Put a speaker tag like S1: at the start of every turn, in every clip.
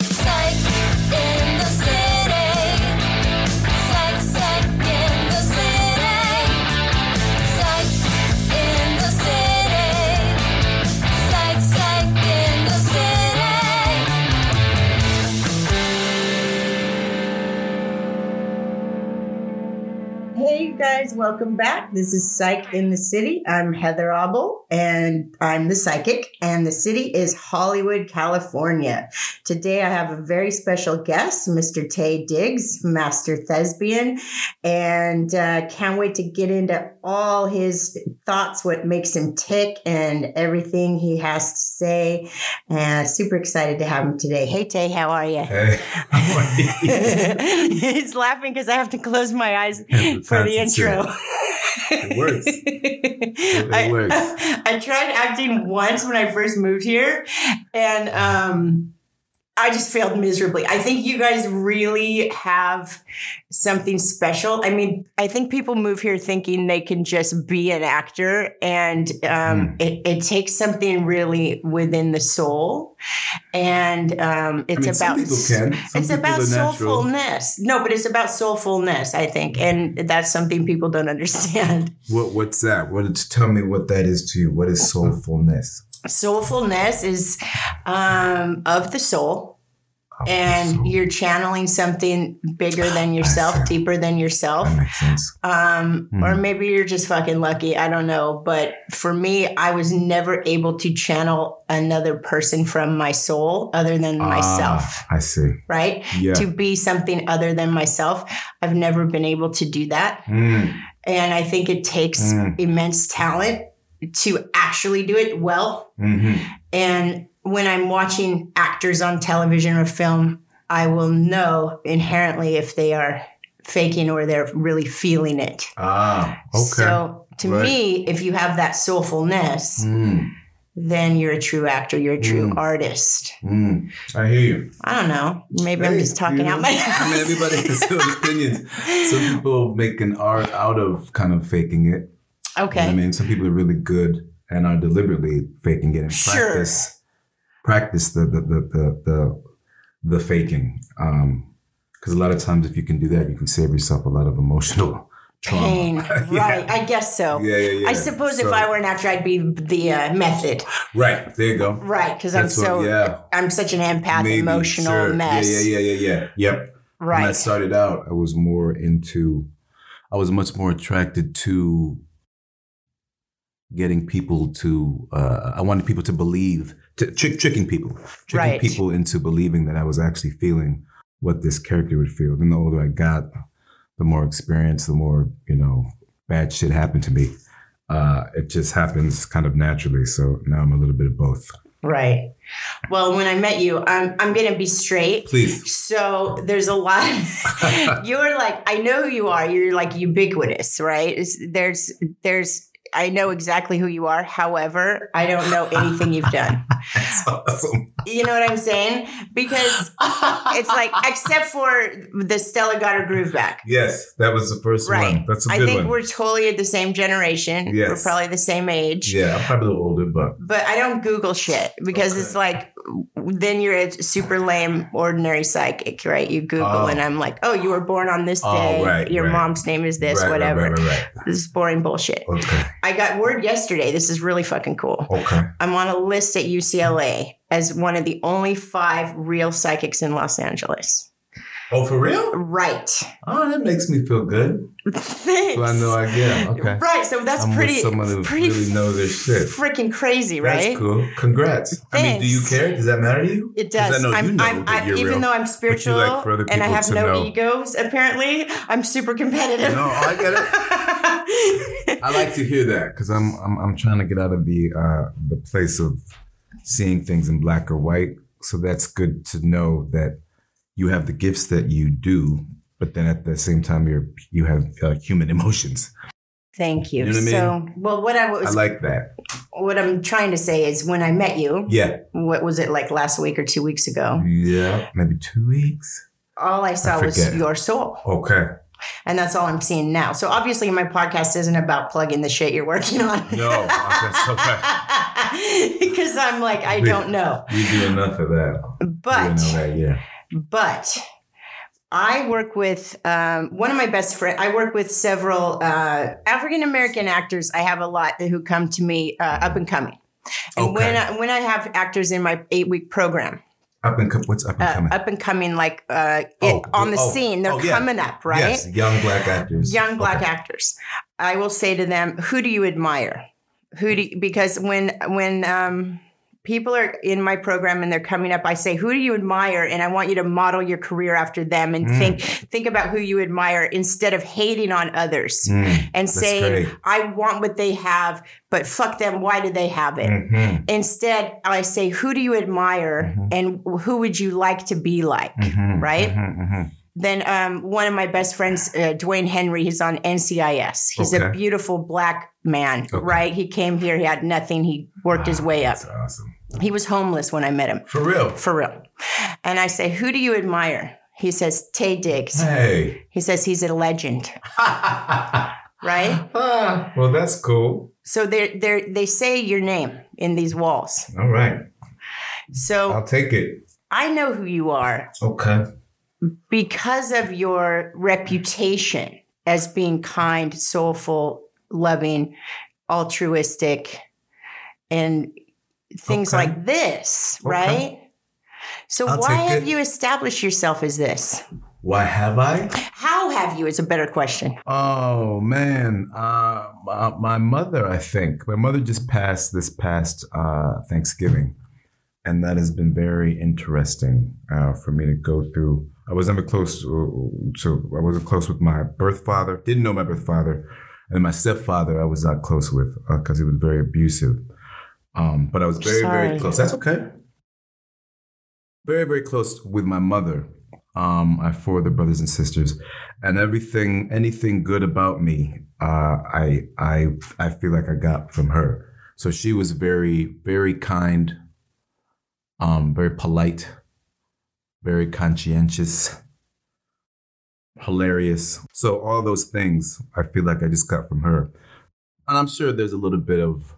S1: Psych in the city. Psych, psych in the city. Psych in the city. Psych, psych in the city.
S2: Hey, you guys, welcome back. This is Psych in the City. I'm Heather Obel, and I'm the psychic, and the city is Hollywood, California. Today, I have a very special guest, Mr. Tay Diggs, master thespian, and uh, can't wait to get into all his thoughts, what makes him tick, and everything he has to say. And super excited to have him today. Hey, Tay, how are you?
S3: Hey,
S2: He's laughing because I have to close my eyes
S3: Yeah,
S2: for the
S3: that's
S2: intro.
S3: It works.
S2: It
S3: really works.
S2: I, I tried acting once when I first moved here, and um, I just failed miserably. I think you guys really have something special. I mean, I think people move here thinking they can just be an actor, and
S3: Hmm.
S2: um, it, it takes something really within the soul, and um, it's
S3: I mean,
S2: about
S3: some people can. Some
S2: it's
S3: people
S2: about
S3: are natural.
S2: soulfulness. No, but it's about soulfulness, I think. And that's something people don't understand.
S3: What What's that? What? Tell me what that is to you. What is soulfulness?
S2: Soulfulness is um, of the soul,
S3: Oh,
S2: and
S3: soul.
S2: you're channeling something bigger than yourself,
S3: Excellent.
S2: deeper than yourself.
S3: That makes sense.
S2: Um,
S3: Hmm.
S2: Or maybe you're just fucking lucky. I don't know. But for me, I was never able to channel another person from my soul other than myself,
S3: Ah, I see.
S2: right?
S3: Yeah.
S2: To be something other than myself. I've never been able to do that.
S3: Mm,
S2: And I think it takes
S3: Mm.
S2: immense talent to actually do it well.
S3: mhm.
S2: And when I'm watching actors on television or film, I will know inherently if they are faking or they're really feeling it.
S3: Ah. Okay.
S2: So to
S3: Right.
S2: me, if you have that soulfulness,
S3: Mm,
S2: then you're a true actor, you're a true
S3: Mm.
S2: artist.
S3: mm. I hear you.
S2: I don't know. Maybe I'm
S3: Hey,
S2: just talking
S3: you
S2: out my
S3: know, I mean, everybody has their own opinions. Some people make an art out of kind of faking it. You know
S2: okay.
S3: what I mean, some people are really good and are deliberately faking it and
S2: Sure.
S3: practice practice the the the the the, the faking. Um, because a lot of times, if you can do that, you can save yourself a lot of emotional trauma.
S2: Pain.
S3: Yeah.
S2: Right. I guess so.
S3: Yeah, yeah, yeah.
S2: I suppose
S3: So-
S2: if I were an actor, I'd be the uh, method,
S3: right there, you go.
S2: right? Because I'm
S3: That's what-
S2: so
S3: yeah,
S2: I'm such an empath,
S3: maybe,
S2: emotional
S3: sure.
S2: mess,
S3: Yeah, yeah, yeah, yeah, yeah. Yep. When I
S2: right?
S3: started out, I was more into, I was much more attracted to getting people to, uh, I wanted people to believe, to trick, tricking people, tricking
S2: Right.
S3: people into believing that I was actually feeling what this character would feel. Then the older I got, the more experience, the more, you know, bad shit happened to me. Uh, it just happens kind of naturally. So now I'm a little bit of both.
S2: Right. Well, when I met you, I'm I'm gonna be straight.
S3: Please.
S2: So there's a lot. you're like I know who you are. You're like ubiquitous, right? It's, there's there's I know exactly who you are. However, I don't know anything you've done.
S3: That's awesome.
S2: You know what I'm saying? Because it's like except for the Stella Goddard groove back.
S3: Yes, that was the first
S2: Right.
S3: one. That's a
S2: I
S3: good
S2: think
S3: one.
S2: we're totally at the same generation. We're
S3: Yes.
S2: probably the same age.
S3: Yeah, I'm probably a little older, but
S2: But I don't Google shit because
S3: Okay.
S2: it's like w- then you're a super lame ordinary psychic, right? You Google
S3: Oh.
S2: and I'm like, oh, you were born on this
S3: Oh,
S2: day.
S3: right,
S2: Your
S3: right.
S2: mom's name is this,
S3: Right,
S2: whatever.
S3: Right, right,
S2: This is boring bullshit.
S3: right. Okay,
S2: I got word yesterday. This is really fucking cool.
S3: okay.
S2: I'm on a list at UCLA as one of the only five real psychics in Los Angeles.
S3: Oh, for real?
S2: Right.
S3: Oh, that makes me feel good.
S2: Thanks.
S3: So I know I get. it. Okay,
S2: Right. So that's
S3: I'm
S2: pretty.
S3: with someone who
S2: pretty
S3: really knows their shit.
S2: freaking crazy,
S3: That's
S2: right?
S3: cool. Congrats. I mean, do you
S2: Thanks.
S3: care? Does that matter to you?
S2: It
S3: 'Cause
S2: does.
S3: I know you
S2: I'm,
S3: know
S2: I'm,
S3: that
S2: I'm
S3: you're
S2: even
S3: real.
S2: though I'm spiritual
S3: for other
S2: and I
S3: people
S2: have
S3: to
S2: no
S3: know.
S2: egos, apparently, I'm super competitive.
S3: No, I get it. I like to hear that because I'm, I'm I'm trying to get out of the uh, the place of seeing things in black or white. So that's good to know that you have the gifts that you do, but then at the same time you're you have uh, human emotions.
S2: Thank you.
S3: You know what I
S2: so, well, what I
S3: I
S2: was,
S3: like that.
S2: what I'm trying to say is, when I met you,
S3: Yeah, Mm-hmm.
S2: what was it like last week or two weeks ago?
S3: yeah. Maybe two weeks.
S2: All I saw was
S3: forget.
S2: your soul.
S3: Okay.
S2: And that's all I'm seeing now. So obviously, my podcast isn't about plugging the shit you're working on.
S3: No, that's
S2: Because I'm like, I don't know.
S3: We do enough of that.
S2: But.
S3: we know that, yeah.
S2: but I work with um, one of my best friends. I work with several uh, African American actors. I have a lot who come to me uh, up and coming. And
S3: Okay.
S2: when I, when I have actors in my eight week program,
S3: Up and com- what's up and
S2: uh,
S3: coming?
S2: up and coming, like uh,
S3: Oh,
S2: it, on the
S3: oh,
S2: scene, they're
S3: oh, yeah.
S2: coming up, right?
S3: Yes, young black actors.
S2: Young black
S3: Okay.
S2: actors. I will say to them, "Who do you admire? Who
S3: Hmm.
S2: do you, because when when um, people are in my program and they're coming up, I say, "Who do you admire?" And I want you to model your career after them and
S3: Mm.
S2: think think about who you admire instead of hating on others
S3: Mm,
S2: and
S3: that's
S2: saying,
S3: great.
S2: "I want what they have, but fuck them. Why do they have it?"
S3: Mhm,
S2: Instead, I say, "Who do you admire?"
S3: Mm-hmm.
S2: and "Who would you like to be like?"
S3: mhm,
S2: Right?
S3: mhm, mhm.
S2: Then um, one of my best friends, uh, Dwayne Henry, he's on NCIS. He's a
S3: Okay.
S2: beautiful black man,
S3: Okay.
S2: right? He came here, he had nothing, he worked his way up.
S3: That's awesome.
S2: He was homeless when I met him,
S3: For real.
S2: for real. And I say, "Who do you admire?" He says, "Tay Diggs."
S3: Hey.
S2: He says he's a legend,
S3: Ah,
S2: right?
S3: well, that's cool.
S2: So they they they say your name in these walls.
S3: All right.
S2: So
S3: I'll take it.
S2: I know who you are
S3: Okay.
S2: because of your reputation as being kind, soulful, loving, altruistic, and things
S3: Okay.
S2: like this,
S3: Okay.
S2: right? So
S3: I'll
S2: why
S3: take
S2: have
S3: it.
S2: you established yourself as this?
S3: Why have I?
S2: How have you is a better question.
S3: Oh man, uh, my, my mother. I think my mother just passed this past uh, Thanksgiving, and that has been very interesting uh, for me to go through. I was never close to, to. I wasn't close with my birth father. Didn't know my birth father, and my stepfather. I was not close with because he was very abusive. Um, but I was very,
S2: Sorry.
S3: very close. That's okay. Very, very close with my mother. Um, I have four other brothers and sisters, and everything, anything good about me, uh, I, I, I feel like I got from her. So she was very, very kind, um, very polite, very conscientious, hilarious. So all those things, I feel like I just got from her, and I'm sure there's a little bit of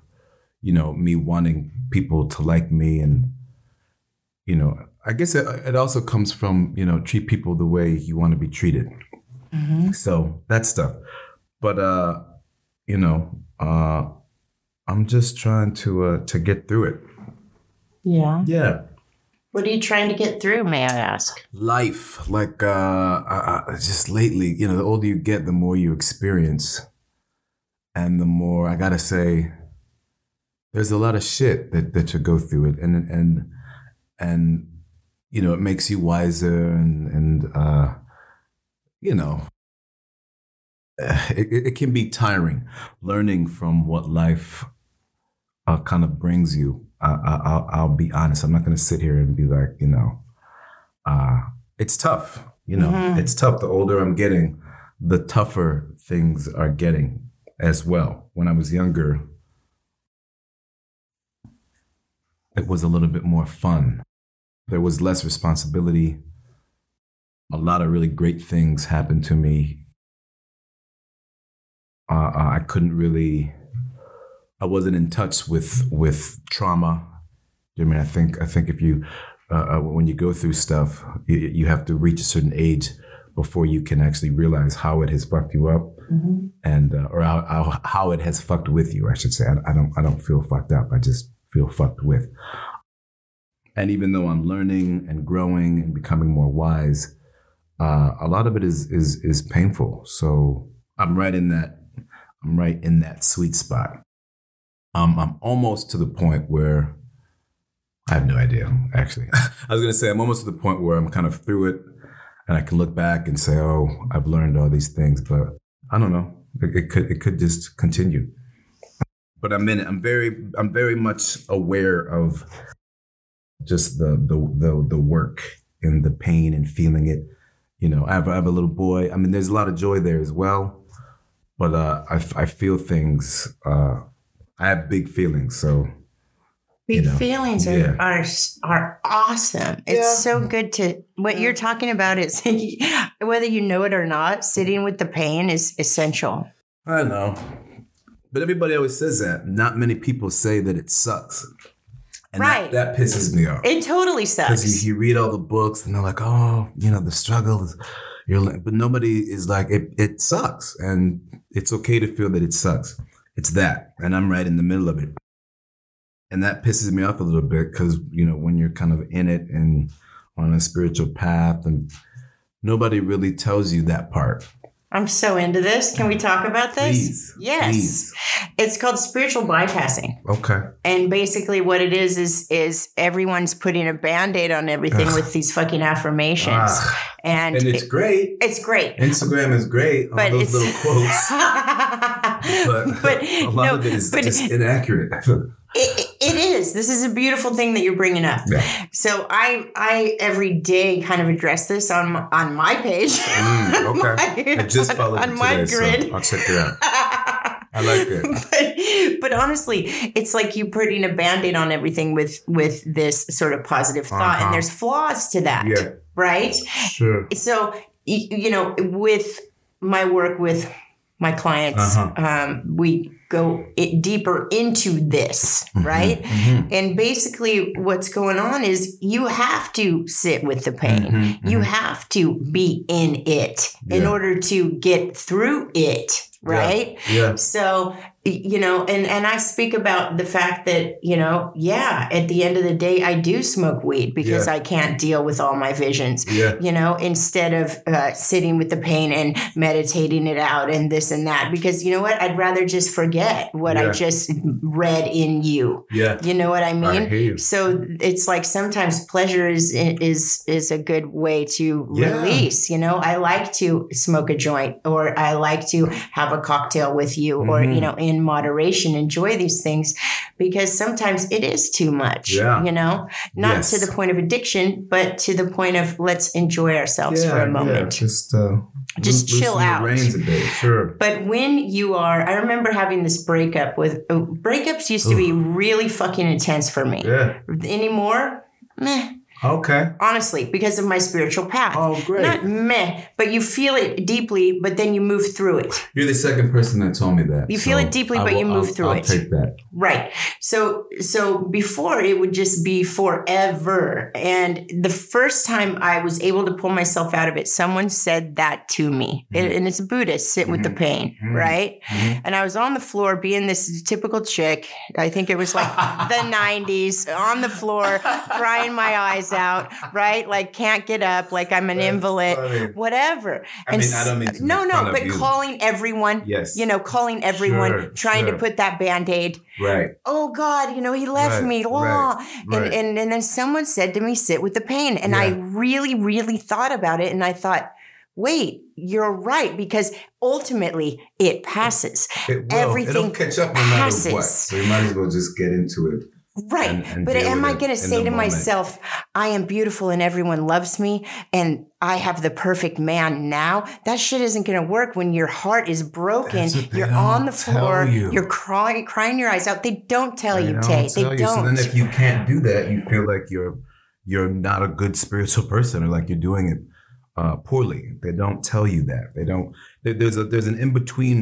S3: you know me wanting people to like me and you know i guess it, it also comes from you know treat people the way you want to be treated so that stuff but uh you know uh i'm just trying to uh to get through it
S2: Yeah.
S3: yeah
S2: What are you trying to get through, may I ask?
S3: life like uh I, I, just lately you know the older you get the more you experience and the more i gotta say there's a lot of shit that that you go through it and and and you know it makes you wiser and and uh you know it, it it can be tiring learning from what life uh, kind of brings you I, I, I'll, I'll be honest i'm not gonna sit here and be like you know uh, it's tough. You know,
S2: Mhm.
S3: it's tough. The older I'm getting, the tougher things are getting as well. When I was younger, it was a little bit more fun. There was less responsibility. A lot of really great things happened to me. Uh, I couldn't really. I wasn't in touch with with trauma. I mean, I think I think if you uh, uh, when you go through stuff, you, you have to reach a certain age before you can actually realize how it has fucked you up, and uh, or how, how how it has fucked with you. I should say. I, I don't I don't feel fucked up. I just feel fucked with. And even though I'm learning and growing and becoming more wise, uh, a lot of it is is is painful. So I'm right in that I'm right in that sweet spot. Um, I'm almost to the point where I have no idea, actually. I was going to say, I'm almost to the point where I'm kind of through it and I can look back and say, oh, I've learned all these things, but I don't know. It, it could, it could just continue. But I'm in it. I'm very, I'm very much aware of just the, the, the, the work and the pain and feeling it. You know, I have, I have a little boy. I mean, there's a lot of joy there as well, but uh, I, f- I feel things. Uh, I have big feelings. So
S2: Big
S3: you know,
S2: feelings are,
S3: yeah.
S2: are are awesome. It's
S3: Yeah.
S2: so good to what you're talking about is whether you know it or not, sitting with the pain is essential.
S3: I know. But everybody always says that. Not many people say that it sucks. And that-
S2: Right.
S3: that, pisses me off.
S2: It totally
S3: Because
S2: sucks.
S3: you, you read all the books and they're like, oh, you know, the struggle is, you're like, but nobody is like, it, it sucks. And it's okay to feel that it sucks. It's that. And I'm right in the middle of it. And that pisses me off a little bit because, you know, when you're kind of in it and on a spiritual path and nobody really tells you that part.
S2: I'm so into this. Can we talk about this?
S3: Please.
S2: yes.
S3: Please.
S2: It's called spiritual bypassing.
S3: Okay.
S2: And basically what it is is is everyone's putting a band-aid on everything
S3: Ugh.
S2: with these fucking affirmations.
S3: Ah.
S2: and
S3: and it's
S2: it-
S3: great.
S2: it's great.
S3: Instagram is great on
S2: But
S3: those
S2: it's
S3: little quotes, but,
S2: but
S3: a lot
S2: no,
S3: of it is
S2: but
S3: just inaccurate. Mm,
S2: It, it is. This is a beautiful thing that you're bringing up.
S3: Yeah.
S2: So I I every day kind of address this on on my page.
S3: Mm, okay.
S2: My-
S3: I just followed
S2: on
S3: it
S2: my
S3: today, so
S2: grid.
S3: I'll check it out. I like it.
S2: but but honestly, it's like you putting a band-aid on everything with with this sort of positive thought,
S3: Uh-huh.
S2: and there's flaws to that,
S3: Yeah,
S2: right?
S3: sure.
S2: so y- you know with my work with my clients
S3: Uh-huh.
S2: um, we go it deeper into this right
S3: Mhm,
S2: and basically what's going on is you have to sit with the pain
S3: mhm, mhm.
S2: you have to be in it in
S3: Yeah.
S2: order to get through it right
S3: Yeah.
S2: so, y- you know, and and I speak about the fact that, you know, yeah, at the end of the day I do smoke weed because
S3: Yeah.
S2: I can't deal with all my visions.
S3: Yeah.
S2: You know, instead of uh, sitting with the pain and meditating it out and this and that, because you know what? I'd rather just forget what I
S3: Yeah.
S2: just read in you.
S3: Yeah.
S2: You know what I mean?
S3: I hear you.
S2: So it's like sometimes pleasure is is is a good way to
S3: Yeah.
S2: release. You know, I like to smoke a joint, or I like to have a cocktail with you, or
S3: Mhm.
S2: you know, in moderation, enjoy these things because sometimes it is too much.
S3: Yeah.
S2: You know, not
S3: Yes.
S2: to the point of addiction, but to the point of let's enjoy ourselves
S3: yeah,
S2: for a
S3: Yeah.
S2: moment.
S3: Just, uh,
S2: Just
S3: loo-
S2: chill
S3: loosen
S2: out.
S3: The reins a bit. Sure.
S2: But when you are, I remember having this breakup with uh, breakups used to be really fucking intense for me.
S3: Yeah.
S2: Anymore, meh.
S3: Okay.
S2: honestly, because of my spiritual path.
S3: Oh, great.
S2: Not meh, but you feel it deeply, but then you move through it.
S3: You're the second person that told me that.
S2: You feel it deeply,
S3: I
S2: but you move
S3: I'll-
S2: through
S3: I'll
S2: it.
S3: take that.
S2: Right. So so before it would just be forever. And the first time I was able to pull myself out of it, someone said that to me.
S3: Mhm.
S2: And- And it's a Buddhist, sit with the pain,
S3: Mhm.
S2: right?
S3: Mhm.
S2: And I was on the floor being this typical chick. I think it was like
S3: Mm-hmm.
S2: the 90s on the floor, crying my eyes out, right? Like, can't get up, like I'm an
S3: That's
S2: invalid,
S3: funny.
S2: whatever.
S3: I mean, I don't mean
S2: s-
S3: to
S2: No,
S3: make
S2: no,
S3: fun
S2: but
S3: of you.
S2: calling everyone,
S3: Yes.
S2: you know, calling everyone,
S3: Sure,
S2: trying to
S3: sure.
S2: put that band aid.
S3: Right.
S2: Oh God, you know, he left
S3: Right,
S2: me.
S3: right,
S2: law.
S3: right.
S2: And, and and then someone said to me, sit with the pain. And I
S3: Yeah.
S2: really, really thought about it. And I thought, wait, you're right, because ultimately
S3: Mm.
S2: it passes.
S3: It will. It'll
S2: Everything
S3: catch up no matter what.
S2: passes.
S3: So you might as well just get into it.
S2: Right.
S3: and- and
S2: but
S3: deal
S2: am I
S3: with it
S2: going to
S3: in
S2: say
S3: the
S2: to
S3: moment.
S2: myself, I am beautiful and everyone loves me and I have the perfect man now? That shit isn't going to work when your heart is broken.
S3: That's what they
S2: You're on
S3: don't
S2: the floor.
S3: tell you.
S2: You. are crying, crying your eyes out. They don't tell
S3: They
S2: you,
S3: don't
S2: Tay.
S3: tell
S2: They
S3: you. So
S2: don't.
S3: then, if you can't do that, you feel like you're you're not a good spiritual person, or like you're doing it uh, poorly. They don't tell you that. They don't. There, there's a there's an in between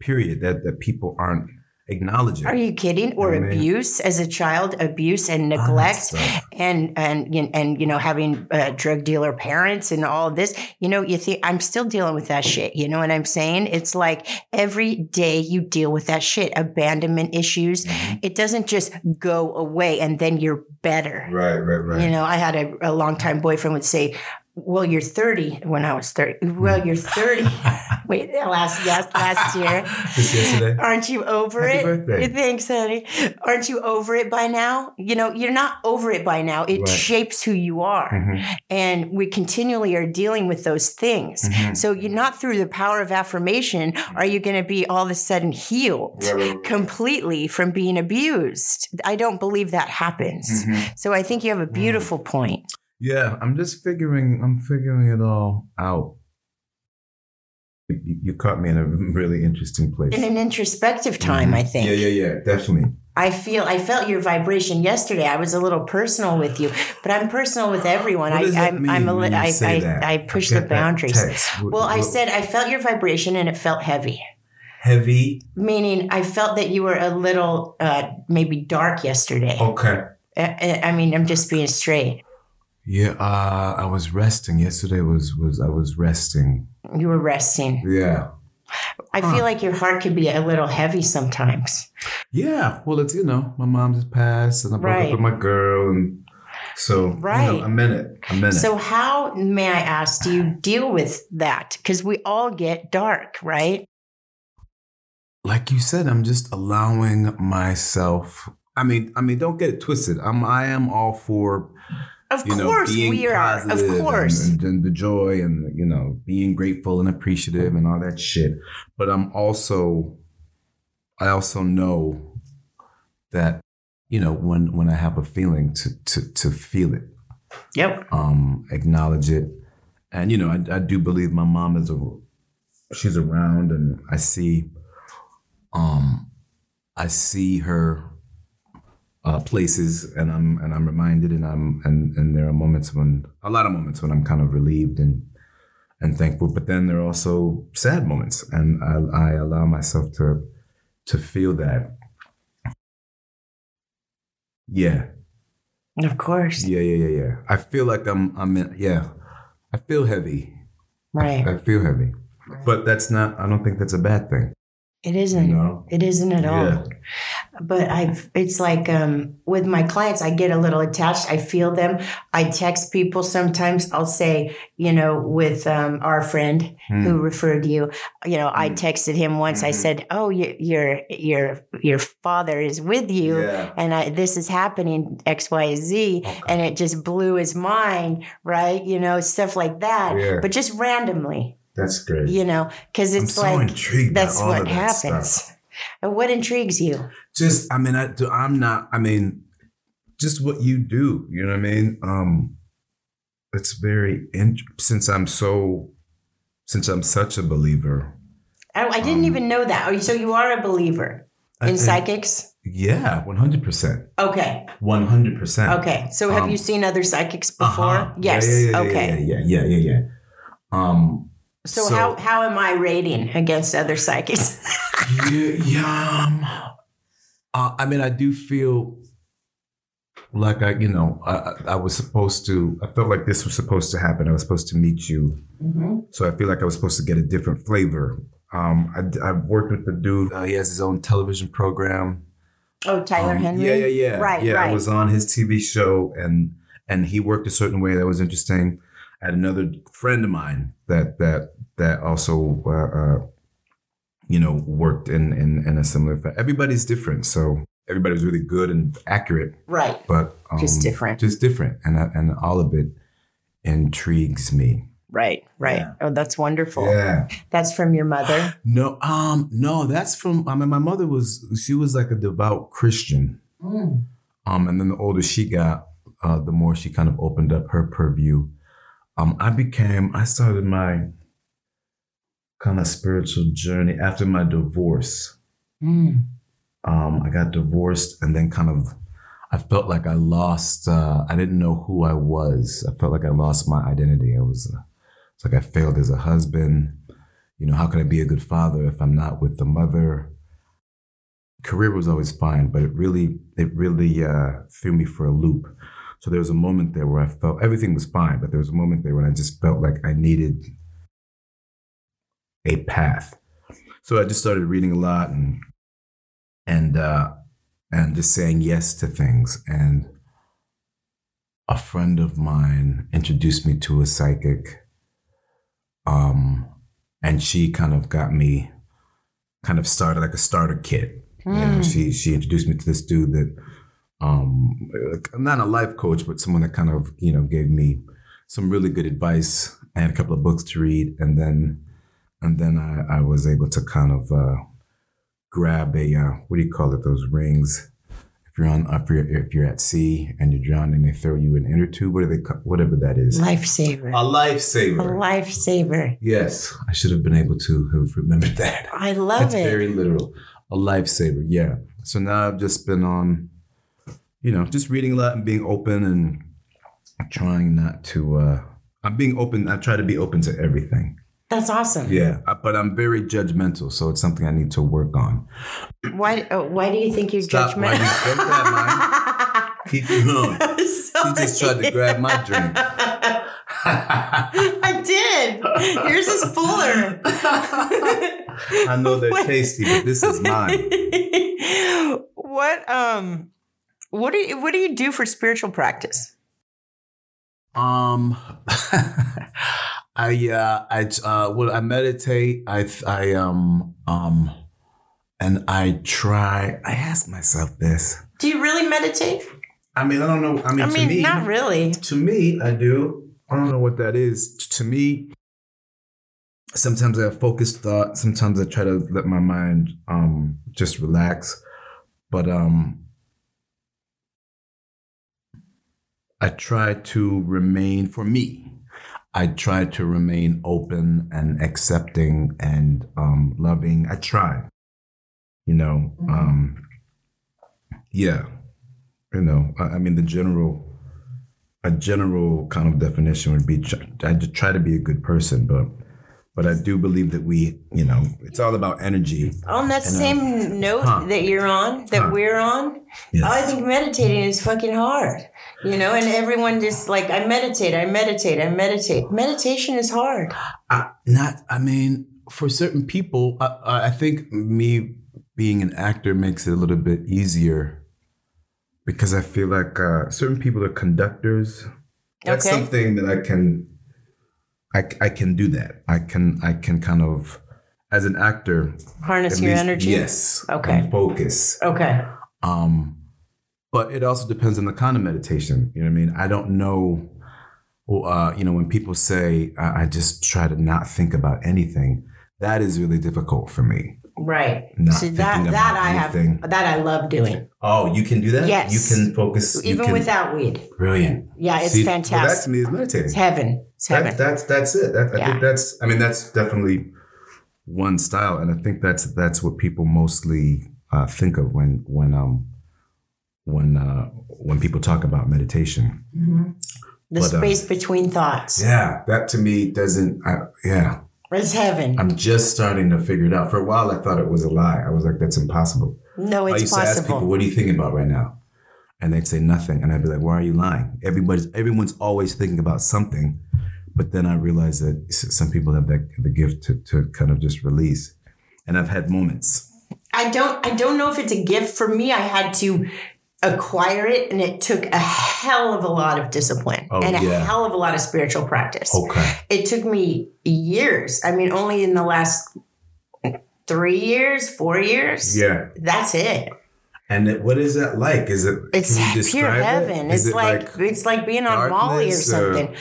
S3: period that that people aren't acknowledging.
S2: Are you kidding? Or
S3: I mean-
S2: abuse as a child, abuse and
S3: Ah,
S2: neglect,
S3: stuff.
S2: and and you- and you know having uh, drug dealer parents and all this. You know, you think I'm still dealing with that shit. You know what I'm saying? It's like every day you deal with that shit. Abandonment issues. It doesn't just go away and then you're better.
S3: Right, right, right.
S2: You know, I had a, a longtime boyfriend would say, "Well, you're 30." When I was 30, well, you're 30. Wait, last yes, last year.
S3: Just yesterday.
S2: Aren't you over
S3: Happy
S2: it?
S3: birthday.
S2: Thanks, honey. Aren't you over it by now? You know, you're not over it by now. It
S3: Right.
S2: shapes who you are.
S3: Mhm,
S2: And we continually are dealing with those things.
S3: mhm.
S2: So you're not through the power of affirmation are you going to be all of a sudden healed
S3: Right, right, right.
S2: completely from being abused. I don't believe that happens.
S3: Mhm.
S2: So I think you have a beautiful point.
S3: Yeah, I'm just figuring. I'm figuring it all out. You, you- you caught me in a really interesting place. Mm-hmm.
S2: In an introspective time, I think.
S3: Yeah, yeah, yeah, definitely.
S2: I feel I felt your vibration yesterday. I was a little personal with you, but I'm personal with everyone.
S3: What does
S2: I,
S3: that
S2: I'm, I'm a
S3: mean
S2: li-
S3: when you
S2: I,
S3: say
S2: I,
S3: that?
S2: I push
S3: get
S2: the
S3: that
S2: boundaries.
S3: text. What-
S2: Well, I
S3: what-
S2: said I felt your vibration and it felt heavy,
S3: heavy.
S2: meaning I felt that you were a little uh, maybe dark yesterday.
S3: Okay.
S2: I, I mean, I'm just being straight.
S3: Yeah, uh, I was resting. Yesterday was was I was resting.
S2: You were resting.
S3: Yeah.
S2: I
S3: Huh.
S2: feel like your heart could be a little heavy sometimes.
S3: Yeah. Well, it's you know my mom just passed, and I broke
S2: Right.
S3: up with my girl, and so you
S2: Right.
S3: know, a minute, a minute.
S2: So, how, may I ask, do you deal with that? Because we all get dark, right?
S3: like you said, I'm just allowing myself. I mean, I mean, don't get it twisted. I'm I am all for
S2: Of
S3: you know
S2: course,
S3: being
S2: we are. Of
S3: positive
S2: course.
S3: and, and the joy and you know being grateful and appreciative and all that shit. But I'm also, I also know that you know when when I have a feeling to to to feel it
S2: yep.
S3: um, acknowledge it. And you know, I, I do believe my mom is a she's around, and I see, um, I see her uh, places, and I'm and I'm reminded, and I'm and and there are moments when a lot of moments when I'm kind of relieved and and thankful, but then there are also sad moments, and I, I allow myself to to feel that. Yeah,
S2: Of course.
S3: yeah, yeah, yeah, yeah. I feel like I'm I'm in, yeah. I feel heavy.
S2: Right.
S3: I feel heavy.
S2: Right.
S3: But that's not I don't think that's a bad thing.
S2: It isn't.
S3: You know?
S2: It isn't at
S3: Yeah.
S2: all. But I've it's like um with my clients, I get a little attached. I feel them. I text people sometimes. I'll say, you know, with um our friend
S3: Hmm.
S2: who referred you, you know, I
S3: Mm.
S2: texted him once. I
S3: Mhm.
S2: said, Oh, you, your your your father is with you.
S3: Yeah.
S2: And I, this is happening X, Y, Z,
S3: Okay.
S2: and it just blew his mind, right? You know, stuff like that,
S3: Yeah.
S2: but just randomly,
S3: That's great.
S2: you know, because
S3: I'm
S2: it's
S3: so
S2: like
S3: intrigued. by
S2: that's
S3: all
S2: what
S3: of that
S2: happens.
S3: stuff.
S2: And what intrigues you?
S3: Just I mean, I do I'm not I mean, just what you do, you know what I mean? Um it's very in, since I'm so since I'm such a believer.
S2: I, I didn't
S3: Um,
S2: even know that. Oh, so you are a believer
S3: I
S2: in
S3: think-
S2: psychics?
S3: Yeah, one hundred percent.
S2: Okay.
S3: One hundred percent.
S2: Okay. So have
S3: Um,
S2: you seen other psychics before?
S3: Uh-huh. Yeah,
S2: Yes.
S3: yeah, yeah, yeah,
S2: okay.
S3: Yeah, yeah, yeah, yeah. yeah. Um,
S2: So, how how am I rating against other psychics?
S3: yeah, yeah, um, uh, I mean, I do feel like I, you know, I, I- I was supposed to. I felt like this was supposed to happen. I was supposed to meet you,
S2: Mm-hmm.
S3: so I feel like I was supposed to get a different flavor. Um, I, have worked with the dude. Uh, he has his own television program.
S2: Oh, Tyler
S3: Um,
S2: Henry.
S3: Yeah, yeah, yeah.
S2: Right,
S3: yeah.
S2: right.
S3: I was on his TV show, and and he worked a certain way that was interesting. I had another friend of mine that that that also, uh, uh, you know, worked in in in a similar. Fa- everybody's different, so everybody was really good and accurate,
S2: Right.
S3: but um,
S2: Just different.
S3: just different, and I, and all of it intrigues me.
S2: Right. Right.
S3: Yeah.
S2: Oh, that's wonderful.
S3: Yeah.
S2: That's from your mother.
S3: No. Um. No. That's from. I mean, my mother was. She was like a devout Christian. Um, and then the older she got, uh, the more she kind of opened up her purview. Um, I became, I started my kind of spiritual journey after my divorce.
S2: Mm.
S3: Um, I got divorced and then kind of, I felt like I lost, uh, I didn't know who I was. I felt like I lost my identity. I was, uh, it's like I failed as a husband. You know, how could I be a good father if I'm not with the mother? career was always fine, but it really it really uh, threw me for a loop. So there was a moment there where I felt everything was fine, but there was a moment there when I just felt like I needed a path. So I just started reading a lot and and uh, and just saying yes to things. And a friend of mine introduced me to a psychic, um, and she kind of got me kind of started like a starter kit. You know,
S2: Mm.
S3: she she introduced me to this dude that, um, like, not a life coach, but someone that kind of you know gave me some really good advice and a couple of books to read, and then and then I, I was able to kind of uh, grab a uh, what do you call it? Those rings. If you're on if you're if you're at sea and you're drowning, they throw you an inner tube. What do they ca- whatever that is?
S2: Lifesaver.
S3: A
S2: A
S3: lifesaver.
S2: lifesaver.
S3: yes, I should have been able to have remembered that.
S2: I love
S3: That's
S2: it.
S3: very literal. a lifesaver. Yeah. So now I've just been on, you know, just reading a lot and being open and trying not to. uh I'm being open. I try to be open to everything.
S2: That's awesome.
S3: Yeah, I- but I'm very judgmental, so it's something I need to work on.
S2: Why? Oh, why do you think you're
S3: Stop! Why you
S2: judgmental?
S3: drink that line? Keep it going.
S2: Sorry.
S3: You just tried to grab my drink.
S2: I did. Yours is fuller.
S3: I know they're tasty, but this is mine.
S2: what um, what do you, what do you do for spiritual practice?
S3: Um, I uh, I uh, well, I meditate. I I um um, and I try. I ask myself this.
S2: Do you really meditate?
S3: I mean, I don't know. I mean,
S2: I
S3: to
S2: mean,
S3: me,
S2: not really.
S3: to me, I do. I don't know what that is. T- To me, sometimes I have focused thought. Sometimes I try to let my mind um just relax. But um I try to remain for me. I try to remain open and accepting and um loving. I try. You know, um yeah. You know, I, I mean the general a general kind of definition would be tr- I just try to be a good person, but but I do believe that we, you know, it's all about energy.
S2: On that
S3: And, uh,
S2: same note
S3: huh.
S2: that you're on, that
S3: Huh.
S2: we're on,
S3: Yes.
S2: I think meditating is fucking hard. You know, and everyone just like I meditate, I meditate, I meditate. Meditation is hard.
S3: I, not, I mean, for certain people, I- I, I think me being an actor makes it a little bit easier because I feel like uh, certain people are conductors. That's
S2: Okay.
S3: something that I can, I, I can do that. I can, I can kind of, as an actor,
S2: Harness
S3: at
S2: your
S3: least-
S2: energy.
S3: Yes.
S2: Okay.
S3: and focus.
S2: Okay.
S3: Um, but it also depends on the kind of meditation. You know what I mean? I don't know. well, Uh, you know, when people say I, I just try to not think about anything, that is really difficult for me.
S2: Right.
S3: Not
S2: so that
S3: thinking
S2: that
S3: about
S2: I
S3: anything.
S2: have that I love doing.
S3: Oh, you can do that.
S2: Yes.
S3: you can focus you
S2: Even
S3: can-
S2: without weed.
S3: Brilliant.
S2: Yeah, it's
S3: See, well,
S2: fantastic.
S3: that to me is meditating.
S2: it's heaven. It's heaven.
S3: That, that's that's it. That, I
S2: Yeah.
S3: think that's. I mean, that's definitely one style, and I think that's that's what people mostly uh, think of when when um when uh, when people talk about meditation.
S2: the
S3: but, uh,
S2: space between thoughts.
S3: Yeah, that to me doesn't. I, yeah,
S2: It's heaven.
S3: I'm just starting to figure it out. For a while, I thought it was a lie. I was like, that's impossible.
S2: no,
S3: I
S2: it's
S3: used to ask people,
S2: possible.
S3: "What are you thinking about right now?" And they'd say nothing, and I'd be like, "Why are you lying?" Everybody's everyone's always thinking about something, but then I realized that s- some people have that the gift to to kind of just release. And I've had moments.
S2: I don't I don't know if it's a gift. For me, I had to acquire it and it took a hell of a lot of discipline
S3: Oh,
S2: and a
S3: yeah.
S2: hell of a lot of spiritual practice.
S3: Okay.
S2: It took me years. I mean, only in the last three years, four years.
S3: Yeah.
S2: That's it.
S3: And it, what is that like? Is it?
S2: It's
S3: can
S2: pure
S3: you describe it?
S2: heaven.
S3: Is
S2: it's
S3: it
S2: like, it's like being on Molly or
S3: darkness or-
S2: something.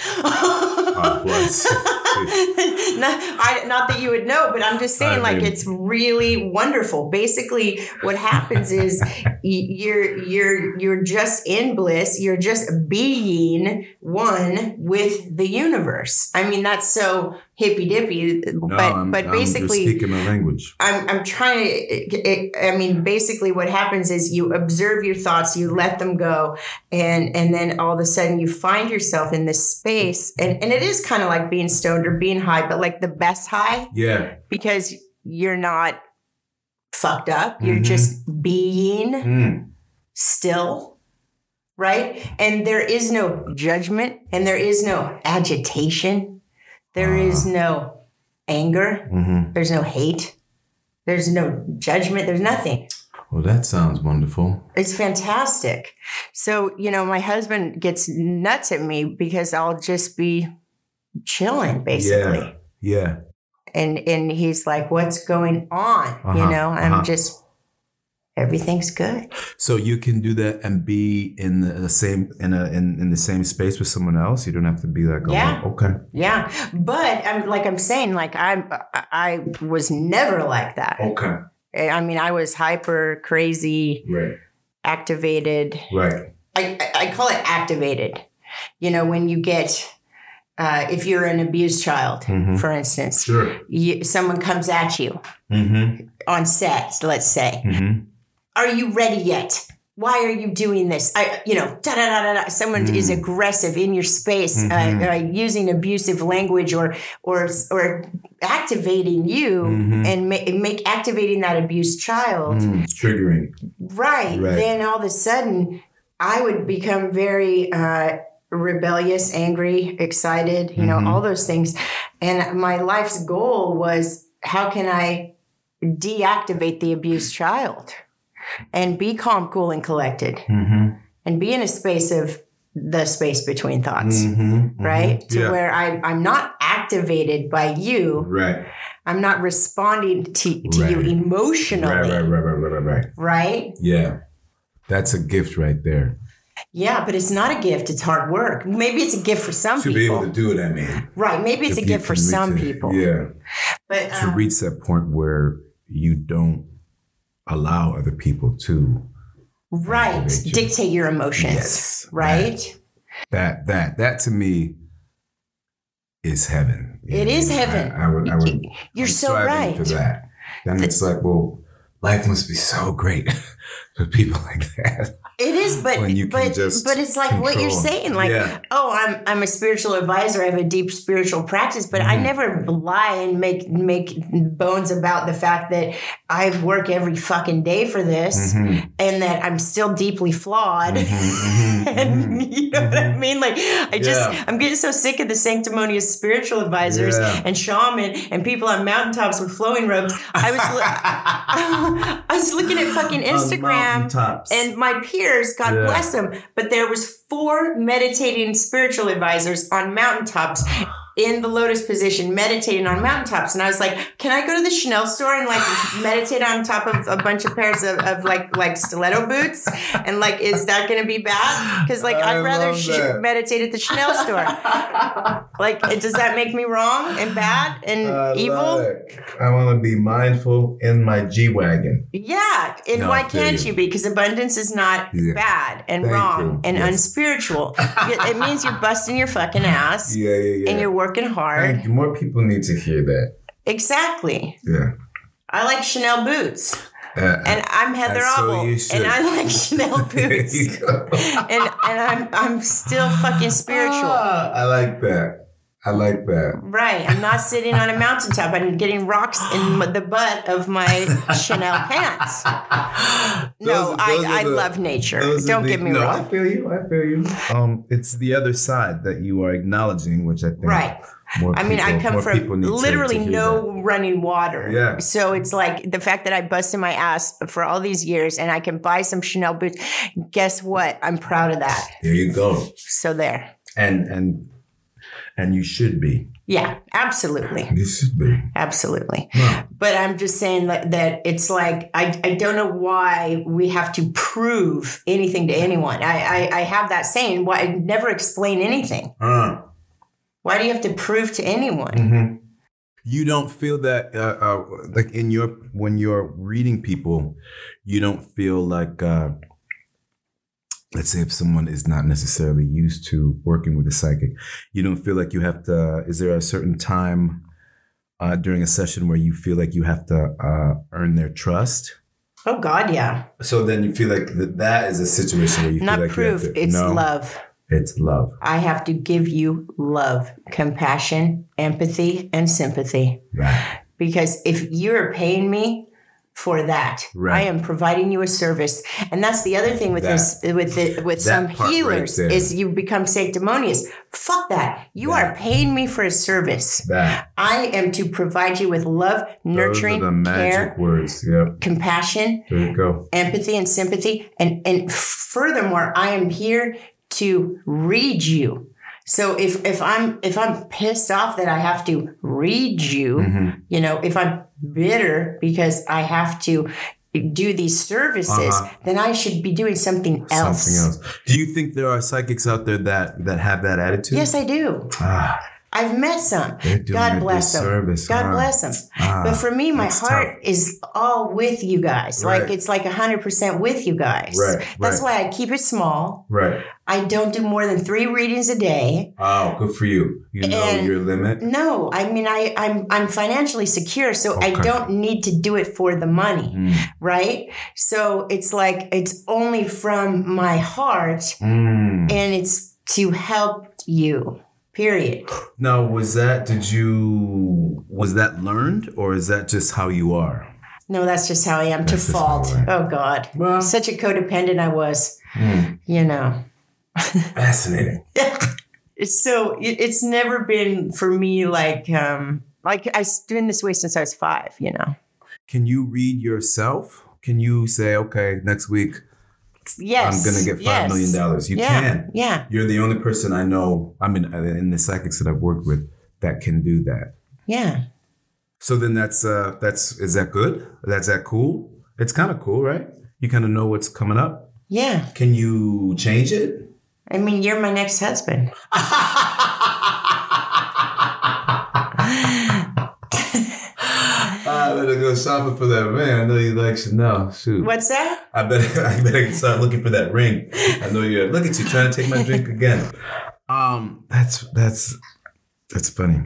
S3: Oh, bless.
S2: not, I, not that you would know, but I'm just saying,
S3: I
S2: like,
S3: mean-
S2: it's really wonderful. Basically, what happens is y- you're you're you're just in bliss. You're just being one with the universe. I mean, that's so hippy dippy,
S3: No,
S2: but
S3: I'm-
S2: but
S3: I'm just
S2: basically,
S3: speaking my language.
S2: I'm, I'm trying to, it, it, I mean, basically what happens is you observe your thoughts, you let them go. And, and then all of a sudden you find yourself in this space. And, and it is kind of like being stoned or being high, but like the best high
S3: Yeah.
S2: because you're not fucked up. You're
S3: Mhm.
S2: just being
S3: Mm.
S2: still. Right. And there is no judgment and there is no agitation. There is no anger.
S3: hmm
S2: There's no hate. There's no judgment. There's nothing.
S3: Well, that sounds wonderful.
S2: It's fantastic. So, you know, my husband gets nuts at me because I'll just be chilling basically.
S3: Yeah. Yeah.
S2: And and he's like, "What's going on?"
S3: Uh-huh,
S2: You know, I'm
S3: uh-huh.
S2: just everything's good.
S3: So you can do that and be in the same in a in, in the same space with someone else. You don't have to be like, oh,
S2: Yeah.
S3: okay,
S2: Yeah. But I'm like I'm saying like I'm I I was never like that.
S3: okay,
S2: I mean, I was hyper crazy
S3: right,
S2: activated
S3: right,
S2: I, I- I call it activated. You know, when you get uh, if you're an abused child,
S3: Mhm.
S2: for instance,
S3: Sure.
S2: you, someone comes at you
S3: Mm-hmm.
S2: on set, let's say,
S3: Mm-hmm.
S2: are you ready yet? Why are you doing this? I, you know, da da da da da. Someone
S3: Mm.
S2: is aggressive in your space, uh, uh, using abusive language or or or activating you
S3: Mhm.
S2: and ma- make activating that abused child.
S3: Mm-hmm. Triggering.
S2: Right.
S3: Right.
S2: Then all of a sudden, I would become very uh, rebellious, angry, excited, you
S3: Mhm.
S2: know, all those things. And my life's goal was how can I deactivate the abused child and be calm, cool, and collected
S3: Mm-hmm.
S2: and be in a space of the space between thoughts.
S3: Mm-hmm.
S2: Right to
S3: Yeah.
S2: where I, I'm not activated by you.
S3: Right.
S2: I'm not responding to, to you
S3: Right.
S2: emotionally,
S3: Right. Right. Right. Right. Right. Right. Right.
S2: right?
S3: Yeah. That's a gift right there.
S2: Yeah, but it's not a gift. It's hard work. Maybe it's a gift for some
S3: To be
S2: people.
S3: able to do it, I mean.
S2: right. Maybe it's a
S3: If
S2: gift
S3: you
S2: for
S3: can reach
S2: some
S3: it.
S2: people.
S3: Yeah.
S2: But
S3: to
S2: um,
S3: reach that point where you don't allow other people to
S2: right,
S3: Motivation.
S2: dictate your emotions.
S3: Yes,
S2: Right?
S3: that that that to me is heaven.
S2: It is
S3: I-
S2: heaven.
S3: I, would. I would.
S2: You're
S3: I'm
S2: so right.
S3: striving for that. Then it's like, well, life must be so great for people like that.
S2: It is, but
S3: When you can
S2: but
S3: just
S2: but it's like what you're
S3: control.
S2: saying. Like,
S3: Yeah.
S2: oh, I'm I'm a spiritual advisor. I have a deep spiritual practice, but I
S3: Mhm.
S2: never lie and make make bones about the fact that I work every fucking day for this,
S3: Mhm,
S2: and that I'm still deeply flawed.
S3: mhm, mhm, mhm.
S2: and you know what I mean? Like I just
S3: Yeah.
S2: I'm getting so sick of the sanctimonious spiritual advisors
S3: Yeah.
S2: and shaman and people on mountaintops with flowing robes. I was lo- I was looking at fucking
S3: On
S2: Instagram
S3: mountaintops.
S2: and my peers, God
S3: Yeah.
S2: bless them, but there was four meditating spiritual advisors on mountaintops in the lotus position meditating on mountaintops and i was like can i go to the chanel store and like meditate on top of a bunch of pairs of, of like like stiletto boots and like is that gonna be bad because like
S3: I
S2: i'd rather
S3: love
S2: sh-
S3: that.
S2: meditate at the chanel store like does that make me wrong and bad and
S3: I love
S2: evil
S3: it. I want to be mindful in my G wagon.
S2: yeah and
S3: No, I
S2: why
S3: feel
S2: can't
S3: you.
S2: you be because abundance is not
S3: Yeah.
S2: bad and
S3: Thank
S2: wrong
S3: you.
S2: and
S3: Yes.
S2: unspiritual it it means you're busting your fucking ass
S3: Yeah, yeah, yeah.
S2: and you're working hard
S3: Thank you. More people need to hear that.
S2: exactly
S3: Yeah.
S2: I like Chanel boots,
S3: Uh,
S2: and I'm Heather
S3: And so
S2: Obel,
S3: you should.
S2: and I like Chanel
S3: there
S2: boots,
S3: you go.
S2: and and I'm I'm still fucking spiritual,
S3: Ah, I like that. I like that.
S2: right? I'm not sitting on a mountaintop. I'm getting rocks in m- the butt of my Chanel pants. No,
S3: Those-
S2: I
S3: those are
S2: I
S3: the-
S2: love nature.
S3: those are
S2: Don't
S3: the-
S2: get me
S3: no,
S2: wrong,
S3: I feel you. I feel you. Um, it's the other side that you are acknowledging, which I think.
S2: right?
S3: More
S2: I mean, I
S3: people-
S2: come
S3: more
S2: from
S3: people need to-
S2: literally
S3: to hear
S2: no
S3: that.
S2: running water.
S3: Yeah.
S2: So it's like the fact that I busted my ass for all these years, and I can buy some Chanel boots. Guess what? I'm proud of that.
S3: There you go.
S2: So there.
S3: And and and you should be.
S2: Yeah, absolutely.
S3: You should be.
S2: Absolutely.
S3: No.
S2: But I'm just saying that, that it's like, I, I don't know why we have to prove anything to anyone. I, I, I have that saying, why never explain anything.
S3: Uh,
S2: Why do you have to prove to anyone?
S3: mhm. You don't feel that uh, uh, like in your when you're reading people, you don't feel like uh, let's say if someone is not necessarily used to working with a psychic, you don't feel like you have to. Is there a certain time uh, during a session where you feel like you have to uh, earn their trust?
S2: Oh, God, yeah.
S3: So then you feel like that, that is a situation where you
S2: Not
S3: feel like
S2: proof,
S3: you have to,
S2: it's
S3: no,
S2: love.
S3: It's love.
S2: I have to give you love, compassion, empathy, and sympathy.
S3: Right.
S2: Because if you're paying me, for that,
S3: Right.
S2: I am providing you a service, and that's the other thing with
S3: That-
S2: this, with the, with some
S3: that part right
S2: healers
S3: there.
S2: is you become sanctimonious. Fuck that! You
S3: That.
S2: are paying me for a service.
S3: That
S2: I am to provide you with love, nurturing,
S3: Those are the magic
S2: care,
S3: words. Yep.
S2: compassion,
S3: There you go.
S2: empathy, and sympathy, and and furthermore, I am here to read you. So if if I'm if I'm pissed off that I have to read you,
S3: Mhm.
S2: you know, if I'm bitter because I have to do these services,
S3: Uh-huh.
S2: then I should be doing something else.
S3: Something else. Do you think there are psychics out there that that have that attitude?
S2: Yes, I do.
S3: Ah,
S2: I've met some.
S3: They're doing
S2: God
S3: a
S2: bless 'em.
S3: disservice,
S2: God
S3: huh?
S2: bless them.
S3: Ah,
S2: But for me, my
S3: that's
S2: heart is all with you guys. Like
S3: Right.
S2: it's like 100% with you guys.
S3: Right,
S2: That's why I keep it small.
S3: right.
S2: I don't do more than three readings a day.
S3: Oh, good for you. You know
S2: And-
S3: your limit.
S2: No, I mean I I'm I'm financially secure, so I
S3: Okay.
S2: don't need to do it for the money,
S3: Mm.
S2: right? So it's like it's only from my heart
S3: Mm.
S2: and it's to help you. Period.
S3: Now, was that did you was that learned or is that just how you are?
S2: No, that's just how I am
S3: That's
S2: to
S3: just how
S2: fault.
S3: I am.
S2: Oh God.
S3: Well-
S2: Such a codependent I was,
S3: Mm.
S2: you know.
S3: Fascinating.
S2: It's so it, it's never been for me like um like I've been this way since I was five, you know.
S3: Can you read yourself? Can you say, okay, next week
S2: Yes.
S3: I'm gonna get five million dollars? You
S2: yeah,
S3: can.
S2: Yeah.
S3: You're the only person I know. I mean, in the psychics that I've worked with that can do that.
S2: Yeah.
S3: So then that's uh that's is that good? That's that cool? It's kind of cool, right? You kind of know what's coming up.
S2: Yeah.
S3: Can you change it?
S2: I mean, you're my next husband.
S3: I better go shopping for that ring. I know you like Chanel. Shoot.
S2: What's that?
S3: I better I better start looking for that ring. I know you're look at you trying to take my drink again. Um that's that's that's funny.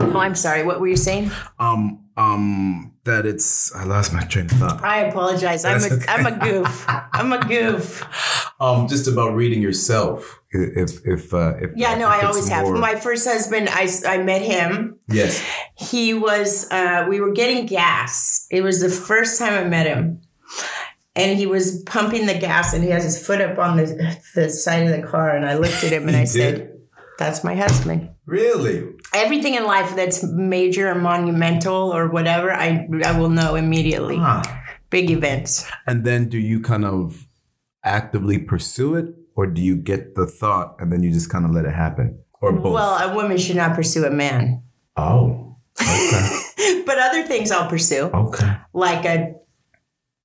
S2: Oh, I'm sorry. What were you saying?
S3: Um um that it's I lost my train of thought.
S2: I apologize. I'm
S3: That's
S2: a
S3: okay.
S2: am a goof. I'm a goof.
S3: Um just about reading yourself. If if uh if
S2: Yeah, no,
S3: if
S2: I
S3: it's
S2: always have.
S3: more-
S2: My first husband, I, s- I met him.
S3: Yes.
S2: He was, uh, we were getting gas. It was the first time I met him. And he was pumping the gas and he has his foot up on the, the side of the car. And I looked at him and
S3: You
S2: I
S3: did?
S2: said, That's my husband.
S3: Really?
S2: Everything in life that's major or monumental or whatever, I, I will know immediately.
S3: Huh.
S2: Big events.
S3: And then do you kind of actively pursue it or do you get the thought and then you just kind of let it happen? Or both?
S2: Mm, Well, a woman should not pursue a man.
S3: oh. Okay.
S2: But other things I'll pursue,
S3: okay.
S2: like a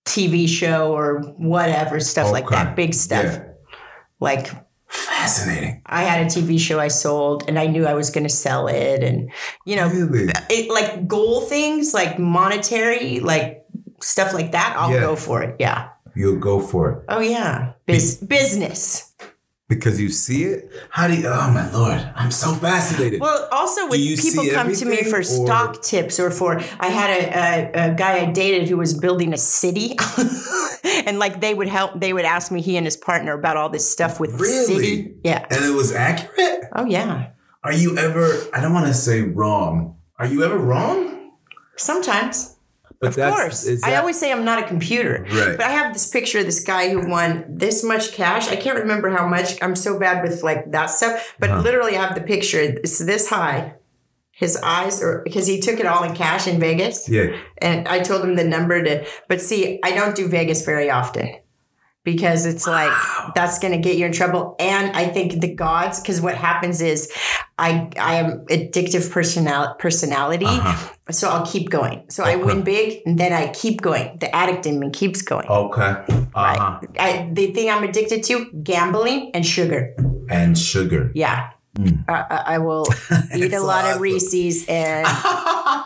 S2: TV show or whatever, stuff like
S3: Okay.
S2: that, big stuff.
S3: Yeah.
S2: Like
S3: Fascinating.
S2: I had a TV show I sold and I knew I was going to sell it and you know,
S3: Really?
S2: it like goal things, like monetary, like stuff like that, I'll
S3: Yeah.
S2: go for it. Yeah.
S3: You'll go for it
S2: Oh yeah. Bus- business.
S3: because you see it. How do you? Oh my lord! I'm so fascinated.
S2: Well, also when
S3: you
S2: people
S3: see
S2: come to me
S3: everything,
S2: for
S3: or-
S2: stock tips or for, I had a, a, a guy I dated who was building a city, and like they would help. They would ask me, he and his partner, about all this stuff with the
S3: Really?
S2: city. Yeah.
S3: and it was accurate.
S2: Oh yeah.
S3: Are you ever? I don't want to say wrong. Are you ever wrong?
S2: Sometimes,
S3: But
S2: of course.
S3: is
S2: I
S3: that-
S2: always say I'm not a computer.
S3: Right.
S2: But I have this picture of this guy who won this much cash. I can't remember how much. I'm so bad with like that stuff. But
S3: Uh-huh.
S2: literally, I have the picture. It's this high. His eyes are because he took it all in cash in Vegas.
S3: Yeah.
S2: and I told him the number to. But see, I don't do Vegas very often because it's like that's going to get you in trouble. And I think the gods, because what happens is, I I am addictive personal personality,
S3: Uh-huh.
S2: so I'll keep going. So I win big, and then I keep going. The addict in me keeps going.
S3: Okay. Uh huh.
S2: I, the thing I'm addicted to: gambling and sugar.
S3: And sugar.
S2: Yeah. I- I, I will eat a
S3: Mm. It's
S2: lot of
S3: awesome.
S2: Reese's and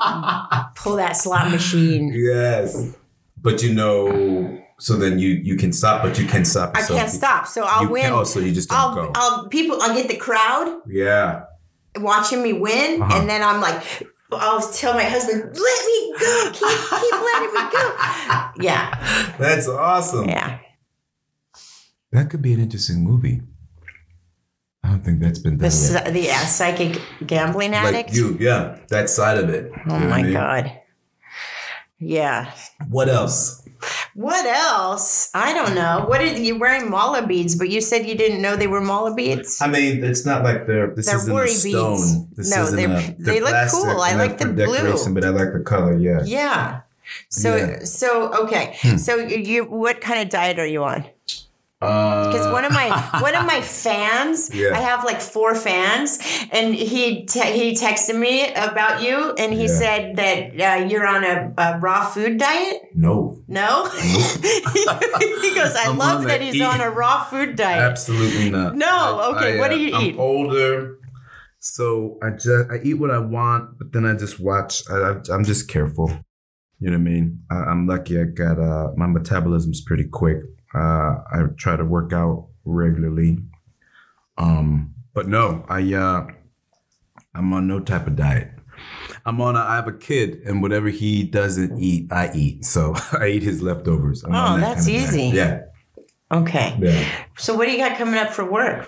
S2: pull that slot machine.
S3: Yes. But you know, so then you you can stop, but you can stop.
S2: I
S3: yourself.
S2: can't stop. So I'll
S3: You
S2: win.
S3: Can, oh, so you just don't
S2: I'll,
S3: go.
S2: I'll people. I'll get the crowd
S3: yeah.
S2: watching me win,
S3: Uh-huh.
S2: and then I'm like, I'll tell my husband, "Let me go. Keep, keep letting me go." Yeah,
S3: That's awesome.
S2: yeah.
S3: That could be an interesting movie. I don't think that's been
S2: The
S3: done yet.
S2: psy- the uh, psychic gambling addict.
S3: Like you, yeah, that side of it. You
S2: oh
S3: know what I
S2: my
S3: mean?
S2: god. Yeah.
S3: What else?
S2: What else? I don't know. What did you wearing mala beads? But you said you didn't know they were mala beads.
S3: I mean, it's not like they're this
S2: They're
S3: isn't
S2: worry
S3: a
S2: beads.
S3: stone. This
S2: No,
S3: isn't
S2: they're-
S3: a-
S2: they look
S3: plastic
S2: cool. I
S3: and
S2: like
S3: they're
S2: the
S3: for
S2: blue.
S3: decoration, but I like the color. Yeah.
S2: yeah. So
S3: Yeah. Hmm.
S2: so okay. So you what kind of diet are you on? because one of my one of my fans
S3: Yeah.
S2: i have like four fans and he te- he texted me about you and he
S3: Yeah.
S2: said that uh, you're on a, a raw food diet
S3: no,
S2: no he goes i
S3: I'm
S2: love
S3: on
S2: that
S3: a
S2: he's
S3: eat-
S2: on a raw food diet
S3: absolutely not. uh,
S2: No, okay, what do you
S3: I'm
S2: eat?
S3: Older. So I just I eat what I want, but then I just watch. I, I, I'm just careful. You know what I mean? I, I'm lucky. I got uh, my metabolism's pretty quick. Uh, I try to work out regularly. Um, but no, I uh, I'm on no type of diet. I'm on. A, I have a kid, and whatever he doesn't eat, I eat. So I eat his leftovers. I'm
S2: Oh,
S3: on that
S2: that's
S3: kind of diet.
S2: easy.
S3: Yeah,
S2: Okay.
S3: yeah.
S2: So what do you got coming up for work?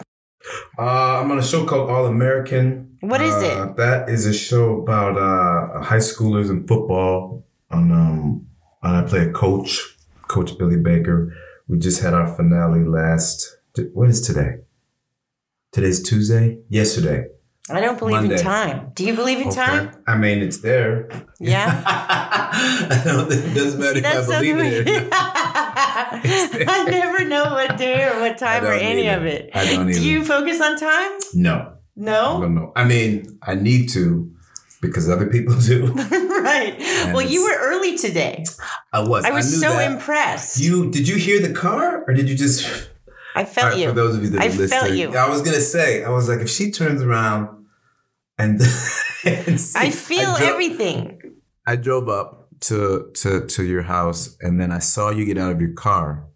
S3: Uh, I'm on a show called All American.
S2: What is
S3: Uh, That is a show about uh, high schoolers and football. On um, and I play a coach, Coach Billy Baker. We just had our finale last. t- What is today? Today's Tuesday. Yesterday.
S2: it? I don't believe
S3: Monday.
S2: in time. Do you believe in time?
S3: Okay. I mean, it's there.
S2: Yeah.
S3: I don't. It doesn't matter if I
S2: That's
S3: believe
S2: something-
S3: it. Or not.
S2: I never know what day or what time or
S3: don't
S2: any
S3: either.
S2: of it.
S3: I don't
S2: Do
S3: either.
S2: you focus on time?
S3: No, I
S2: No.
S3: don't know. I mean, I need to because other people do.
S2: right. well, you were
S3: it's-
S2: early today.
S3: I was.
S2: I was
S3: knew
S2: so
S3: that.
S2: impressed.
S3: You did you hear the car or did you just?
S2: I felt
S3: All right,
S2: you.
S3: For those of you that
S2: I
S3: are listening,
S2: felt you.
S3: I was gonna say, I was like, if she turns around and, and see-
S2: I feel
S3: dro-
S2: everything.
S3: I drove up to to to your house, and then I saw you get out of your car,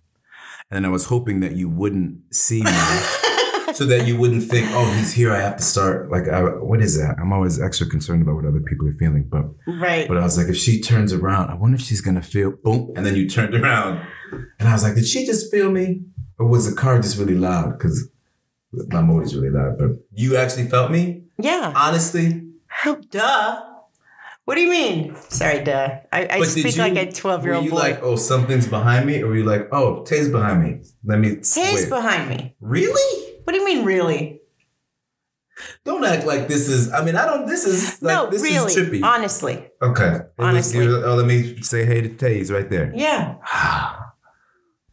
S3: and I was hoping that you wouldn't see me. So that you wouldn't think, oh, he's here. I have to start. Like, I, what is that? I'm always extra concerned about what other people are feeling. But,
S2: Right.
S3: but uh, I was like, if she turns around, I wonder if she's gonna feel boom. And then you turned around, and I was like, did she just feel me, or was the car just really loud? Because my motor's really loud. But you actually felt me,
S2: Yeah.
S3: honestly.
S2: Duh. What do you mean? Sorry, duh. I, I
S3: But did
S2: speak
S3: you-
S2: like a 12 year
S3: Were
S2: old
S3: you
S2: boy.
S3: like, oh, something's behind me, or were you like, oh, Tay's behind me? Let me.
S2: Tay's
S3: wait.
S2: behind me.
S3: Really?
S2: What do you mean, really?
S3: Don't act like this is. I mean, I don't. This is like
S2: no,
S3: this
S2: really.
S3: is trippy.
S2: Honestly.
S3: okay. It was-
S2: honestly.
S3: oh, let me say hey to Tay's right there.
S2: Yeah.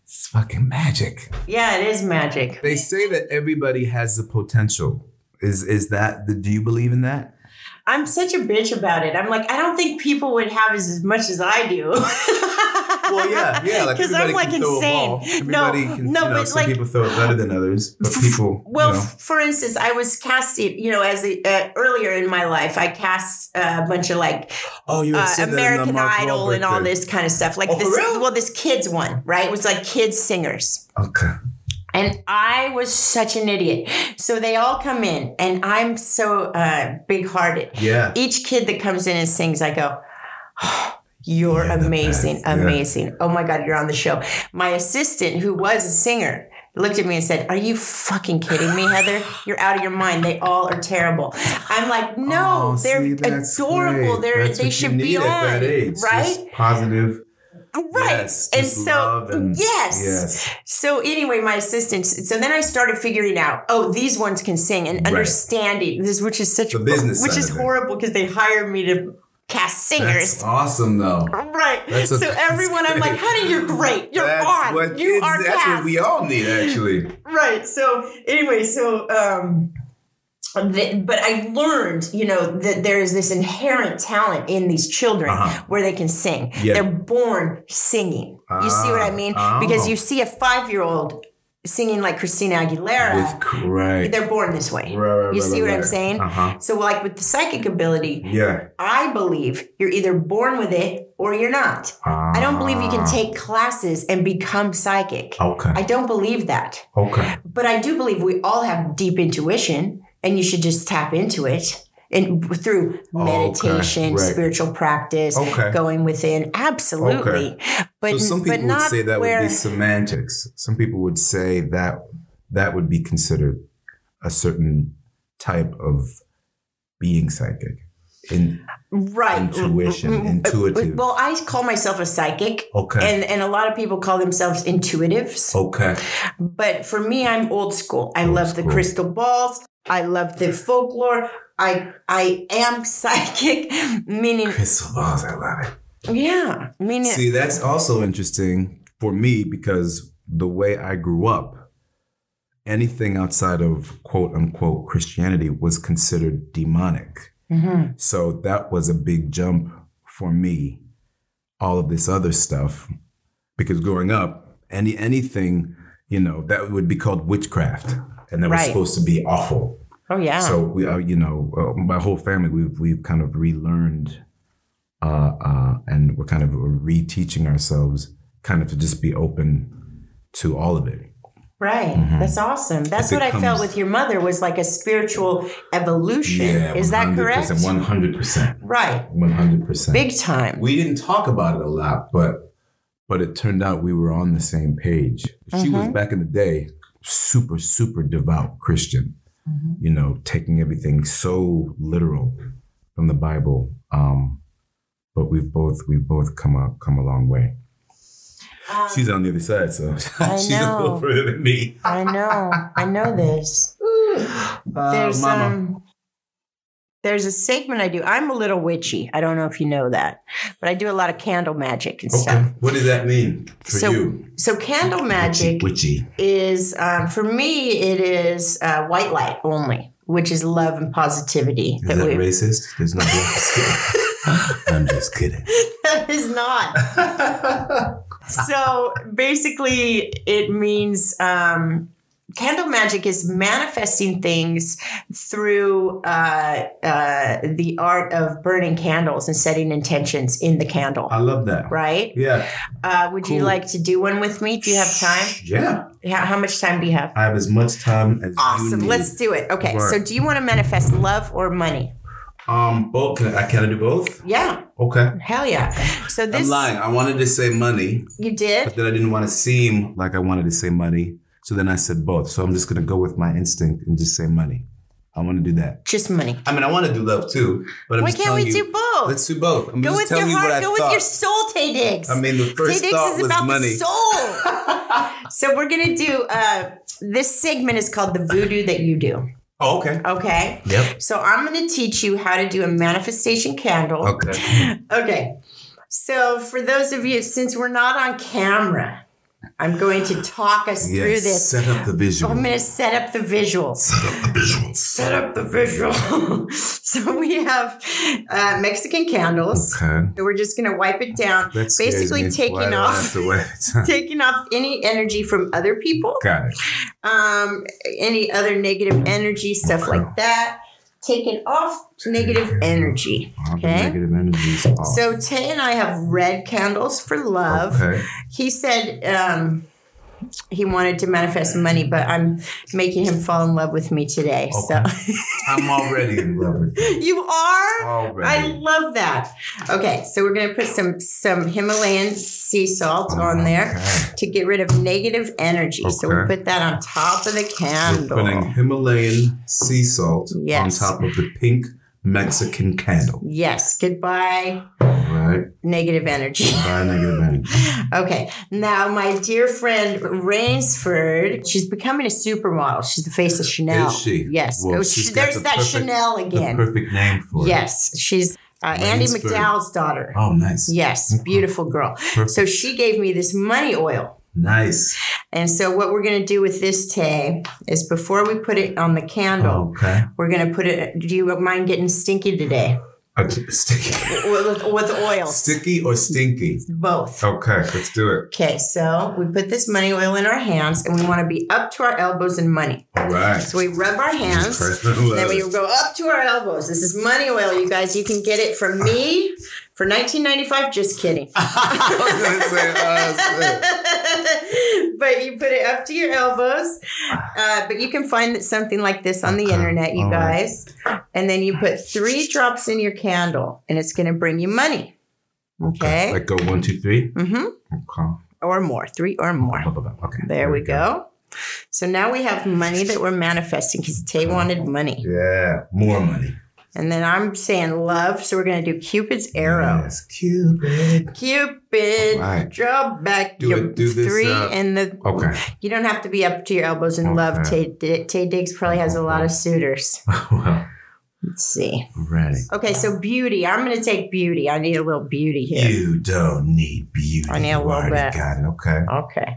S3: It's fucking magic.
S2: Yeah, it is magic.
S3: They say that everybody has the potential. Is is that? Do you believe in that?
S2: I'm such a bitch about it. I'm like, I don't think people would have as, as much as I do. well,
S3: Well, yeah, yeah. Like
S2: Because I'm
S3: everybody
S2: like
S3: can throw a ball.
S2: insane. No,
S3: Everybody can,
S2: no,
S3: you know,
S2: but
S3: some
S2: like-
S3: people throw it better than others, but people.
S2: Well,
S3: you know.
S2: f- for instance, I was casting, you know, as a, uh, earlier in my life, I cast uh, a bunch of like
S3: oh, you had
S2: uh,
S3: said that in the
S2: American
S3: Mark
S2: Idol and
S3: Wahlberg
S2: all
S3: thing.
S2: this kind of stuff. Like
S3: Oh, for
S2: this,
S3: real?
S2: well, this kids one, right? It was like kids singers.
S3: Okay.
S2: And I was such an idiot. So they all come in, and I'm so uh, big hearted.
S3: Yeah.
S2: Each kid that comes in and sings, I go, "Oh, You're
S3: You're the
S2: amazing,
S3: best." Yeah.
S2: amazing. Oh my God, you're on the show. My assistant, who was a singer, looked at me and said, Are you fucking kidding me, Heather? You're out of your mind. They all are terrible. I'm like, No,
S3: Oh,
S2: they're
S3: see, that's
S2: adorable.
S3: great.
S2: They're,
S3: That's
S2: they
S3: what
S2: should
S3: you
S2: be
S3: need
S2: on,
S3: at that age.
S2: right?
S3: Just positive.
S2: right.
S3: Yes,
S2: and
S3: just
S2: so,
S3: love and-
S2: yes.
S3: Yes.
S2: So anyway, my assistant. So then I started figuring out, oh, these ones can sing and
S3: Right.
S2: understanding this, which is such
S3: The business
S2: which
S3: side
S2: is
S3: of it.
S2: horrible because they hired me to cast
S3: That's
S2: singers.
S3: awesome, though.
S2: Right.
S3: That's a-
S2: so everyone, I'm like,
S3: great.
S2: honey, you're great. You're
S3: that's
S2: on.
S3: What
S2: you
S3: kids,
S2: are
S3: That's
S2: cast.
S3: what we all need, actually.
S2: Right. So anyway, so um th- but I learned, you know, that there is this inherent talent in these children
S3: Uh-huh.
S2: where they can sing.
S3: Yeah.
S2: They're born singing. you see what I mean?
S3: Ah, oh.
S2: Because you see a five-year-old singing like Christina Aguilera,
S3: With right.
S2: they're born this way.
S3: Right, right,
S2: you
S3: right,
S2: see
S3: right,
S2: what I'm
S3: right.
S2: saying?
S3: Uh-huh.
S2: So like with the psychic ability,
S3: Yeah.
S2: I believe you're either born with it or you're not. I don't believe you can
S3: Ah.
S2: take classes and become psychic.
S3: Okay.
S2: I don't believe that.
S3: okay.
S2: But I do believe we all have deep intuition and you should just tap into it and through
S3: Oh, okay.
S2: meditation,
S3: Right.
S2: spiritual practice,
S3: Okay.
S2: going within. Absolutely. But,
S3: so some
S2: but
S3: people would
S2: not
S3: say that
S2: where,
S3: would be semantics. Some people would say that that would be considered a certain type of being psychic. In
S2: right. Mm-hmm. Uh,
S3: intuition, intuitive.
S2: Well, I call myself a psychic.
S3: okay.
S2: And, and a lot of people call themselves intuitives.
S3: okay.
S2: But for me, I'm old school. I
S3: Old
S2: love the
S3: school.
S2: crystal balls. I love the folklore. I I am psychic, meaning
S3: Crystal balls, I love it.
S2: yeah, meaning
S3: See, that's also interesting for me because the way I grew up, anything outside of quote unquote Christianity was considered demonic.
S2: Mhm.
S3: So that was a big jump for me. All of this other stuff, because growing up, any anything, you know, that would be called witchcraft, and that was
S2: Right.
S3: supposed to be awful.
S2: Oh yeah.
S3: So we, uh, you know, uh, my whole family, we've we've kind of relearned, uh, uh, and we're kind of reteaching ourselves, kind of to just be open to all of it.
S2: right.
S3: Mhm.
S2: That's awesome. That's
S3: It
S2: what I felt
S3: comes-
S2: with your mother was like a spiritual evolution. Is that correct?
S3: One hundred percent.
S2: Right.
S3: One hundred percent.
S2: Big time.
S3: We didn't talk about it a lot, but but it turned out we were on the same page. She
S2: Mm-hmm.
S3: was back in the day super super devout Christian,
S2: Mhm.
S3: you know, taking everything so literal from the Bible. Um, but we've both we've both come up come a long way.
S2: Um,
S3: She's on the other side, so
S2: I
S3: she's a
S2: know.
S3: little further than me.
S2: I know. I know this.
S3: Uh,
S2: there's
S3: mama.
S2: um there's a segment I do. I'm a little witchy. I don't know if you know that, but I do a lot of candle magic and stuff.
S3: okay. What does that mean for
S2: So,
S3: you?
S2: So candle magic
S3: witchy.
S2: is um, for me. It is uh, white light only, which is love and positivity.
S3: Is that, racist? There's no. I'm just kidding. I'm just kidding.
S2: that is not. so basically, it means um, candle magic is manifesting things through uh, uh, the art of burning candles and setting intentions in the candle.
S3: I love that.
S2: Right?
S3: Uh, Yeah.
S2: Uh, would you
S3: Cool.
S2: like to do one with me? Do you have time?
S3: Yeah.
S2: How, how much time do you have?
S3: I have as much time as you
S2: Awesome.
S3: need.
S2: Let's do it. Okay.
S3: Work.
S2: So, do you want to manifest love or money?
S3: Um, both. Can I, can I do both?
S2: Yeah.
S3: Okay.
S2: Hell yeah. So this
S3: I'm lying. I wanted to say money,
S2: you did.
S3: but then I didn't want to seem like I wanted to say money. So then I said both. So I'm just going to go with my instinct and just say money. I want to do that.
S2: Just money.
S3: I mean, I want to do love too, but I'm
S2: Why
S3: just
S2: can't
S3: telling
S2: we
S3: you,
S2: do both?
S3: Let's do both. I'm
S2: Go
S3: just
S2: with your
S3: telling you what I
S2: heart. Go
S3: thought.
S2: with your soul, Tay Diggs.
S3: I mean, the
S2: Tay
S3: first
S2: Diggs
S3: thought
S2: is
S3: was
S2: about
S3: money.
S2: the soul. so we're gonna do. Uh, this segment is called the voodoo that you do.
S3: Oh, okay.
S2: Okay.
S3: Yep.
S2: So I'm gonna teach you how to do a manifestation candle.
S3: Okay.
S2: Okay. So for those of you, since we're not on camera, I'm going to talk us through
S3: Yes.
S2: this.
S3: Set up the visual.
S2: I'm going to set up the visual.
S3: Set up the visual.
S2: Set up the visual. so we have uh, Mexican candles.
S3: Okay.
S2: So we're just going to wipe it down,
S3: That scares
S2: basically
S3: me. Why
S2: taking
S3: do I have
S2: off.
S3: to wait?
S2: Taking off any energy from other people,
S3: Got it.
S2: um, any other negative energy, stuff
S3: Okay.
S2: like that. Taking off negative energy.
S3: All the
S2: Okay.
S3: Negative energies. off.
S2: So Tay and I have red candles for love.
S3: Okay.
S2: He said um, he wanted to manifest money, but I'm making him fall in love with me today.
S3: I'm already in love with
S2: So
S3: you.
S2: you are.
S3: Oh,
S2: I
S3: Already.
S2: love that. Okay, so we're gonna put some some Himalayan sea salt on there
S3: Okay.
S2: to get rid of negative energy. So we
S3: Okay.
S2: put that on top of the
S3: We're
S2: candle.
S3: putting Himalayan sea salt
S2: Yes.
S3: on top of the pink Mexican candle.
S2: yes. Goodbye,
S3: All right.
S2: negative energy.
S3: Buy negative energy.
S2: Okay. Now, my dear friend Rainsford, she's becoming a supermodel. She's the face of Chanel.
S3: Is she?
S2: Yes.
S3: Well,
S2: oh,
S3: she's
S2: she,
S3: got
S2: there's
S3: the
S2: that
S3: perfect-
S2: Chanel
S3: The
S2: again.
S3: perfect name for it.
S2: Yes. She's uh, Andy
S3: Rainsford.
S2: McDowell's daughter.
S3: Oh, nice.
S2: Yes.
S3: Okay.
S2: Beautiful girl.
S3: Perfect.
S2: So she gave me this money oil.
S3: nice.
S2: And so, what we're going to do with this, Tay, is before we put it on the candle,
S3: Okay.
S2: we're going to put it. Do you mind getting stinky today?
S3: Uh, sticky.
S2: With, with oil.
S3: Sticky or stinky?
S2: Both.
S3: Okay, let's do it.
S2: Okay, so we put this money oil in our hands and we want to be up to our elbows in money.
S3: All right.
S2: So we rub our hands. and Then we go up to our elbows. This is money oil, you guys. You can get it from me for 19.95. Just kidding.
S3: I was gonna say, uh, shit.
S2: but you put it up to your elbows. Uh, but you can find something like this on the
S3: Okay,
S2: internet, you
S3: all right.
S2: guys. And then you put three drops in your candle, and it's going to bring you money. Okay.
S3: Like go one, two, three.
S2: mm-hmm.
S3: Okay.
S2: Or more. Three or more.
S3: Blah, blah, blah. Okay.
S2: There we go. So now we have money that we're manifesting because Tay wanted money.
S3: Yeah. More money.
S2: And then I'm saying love. So we're going to do Cupid's arrow.
S3: Yes. Cupid.
S2: Cupid,
S3: Right.
S2: draw back
S3: Do
S2: your
S3: it- do this,
S2: three
S3: uh,
S2: and the.
S3: Okay.
S2: You don't have to be up to your elbows in love. Tay,
S3: Okay.
S2: D- Tay Diggs probably has a lot of suitors.
S3: well,
S2: Let's see.
S3: ready.
S2: Okay, so beauty. I'm going to take beauty. I need a little beauty here.
S3: You don't need beauty.
S2: I need a
S3: You
S2: little
S3: already
S2: bit.
S3: Got it. Okay.
S2: Okay.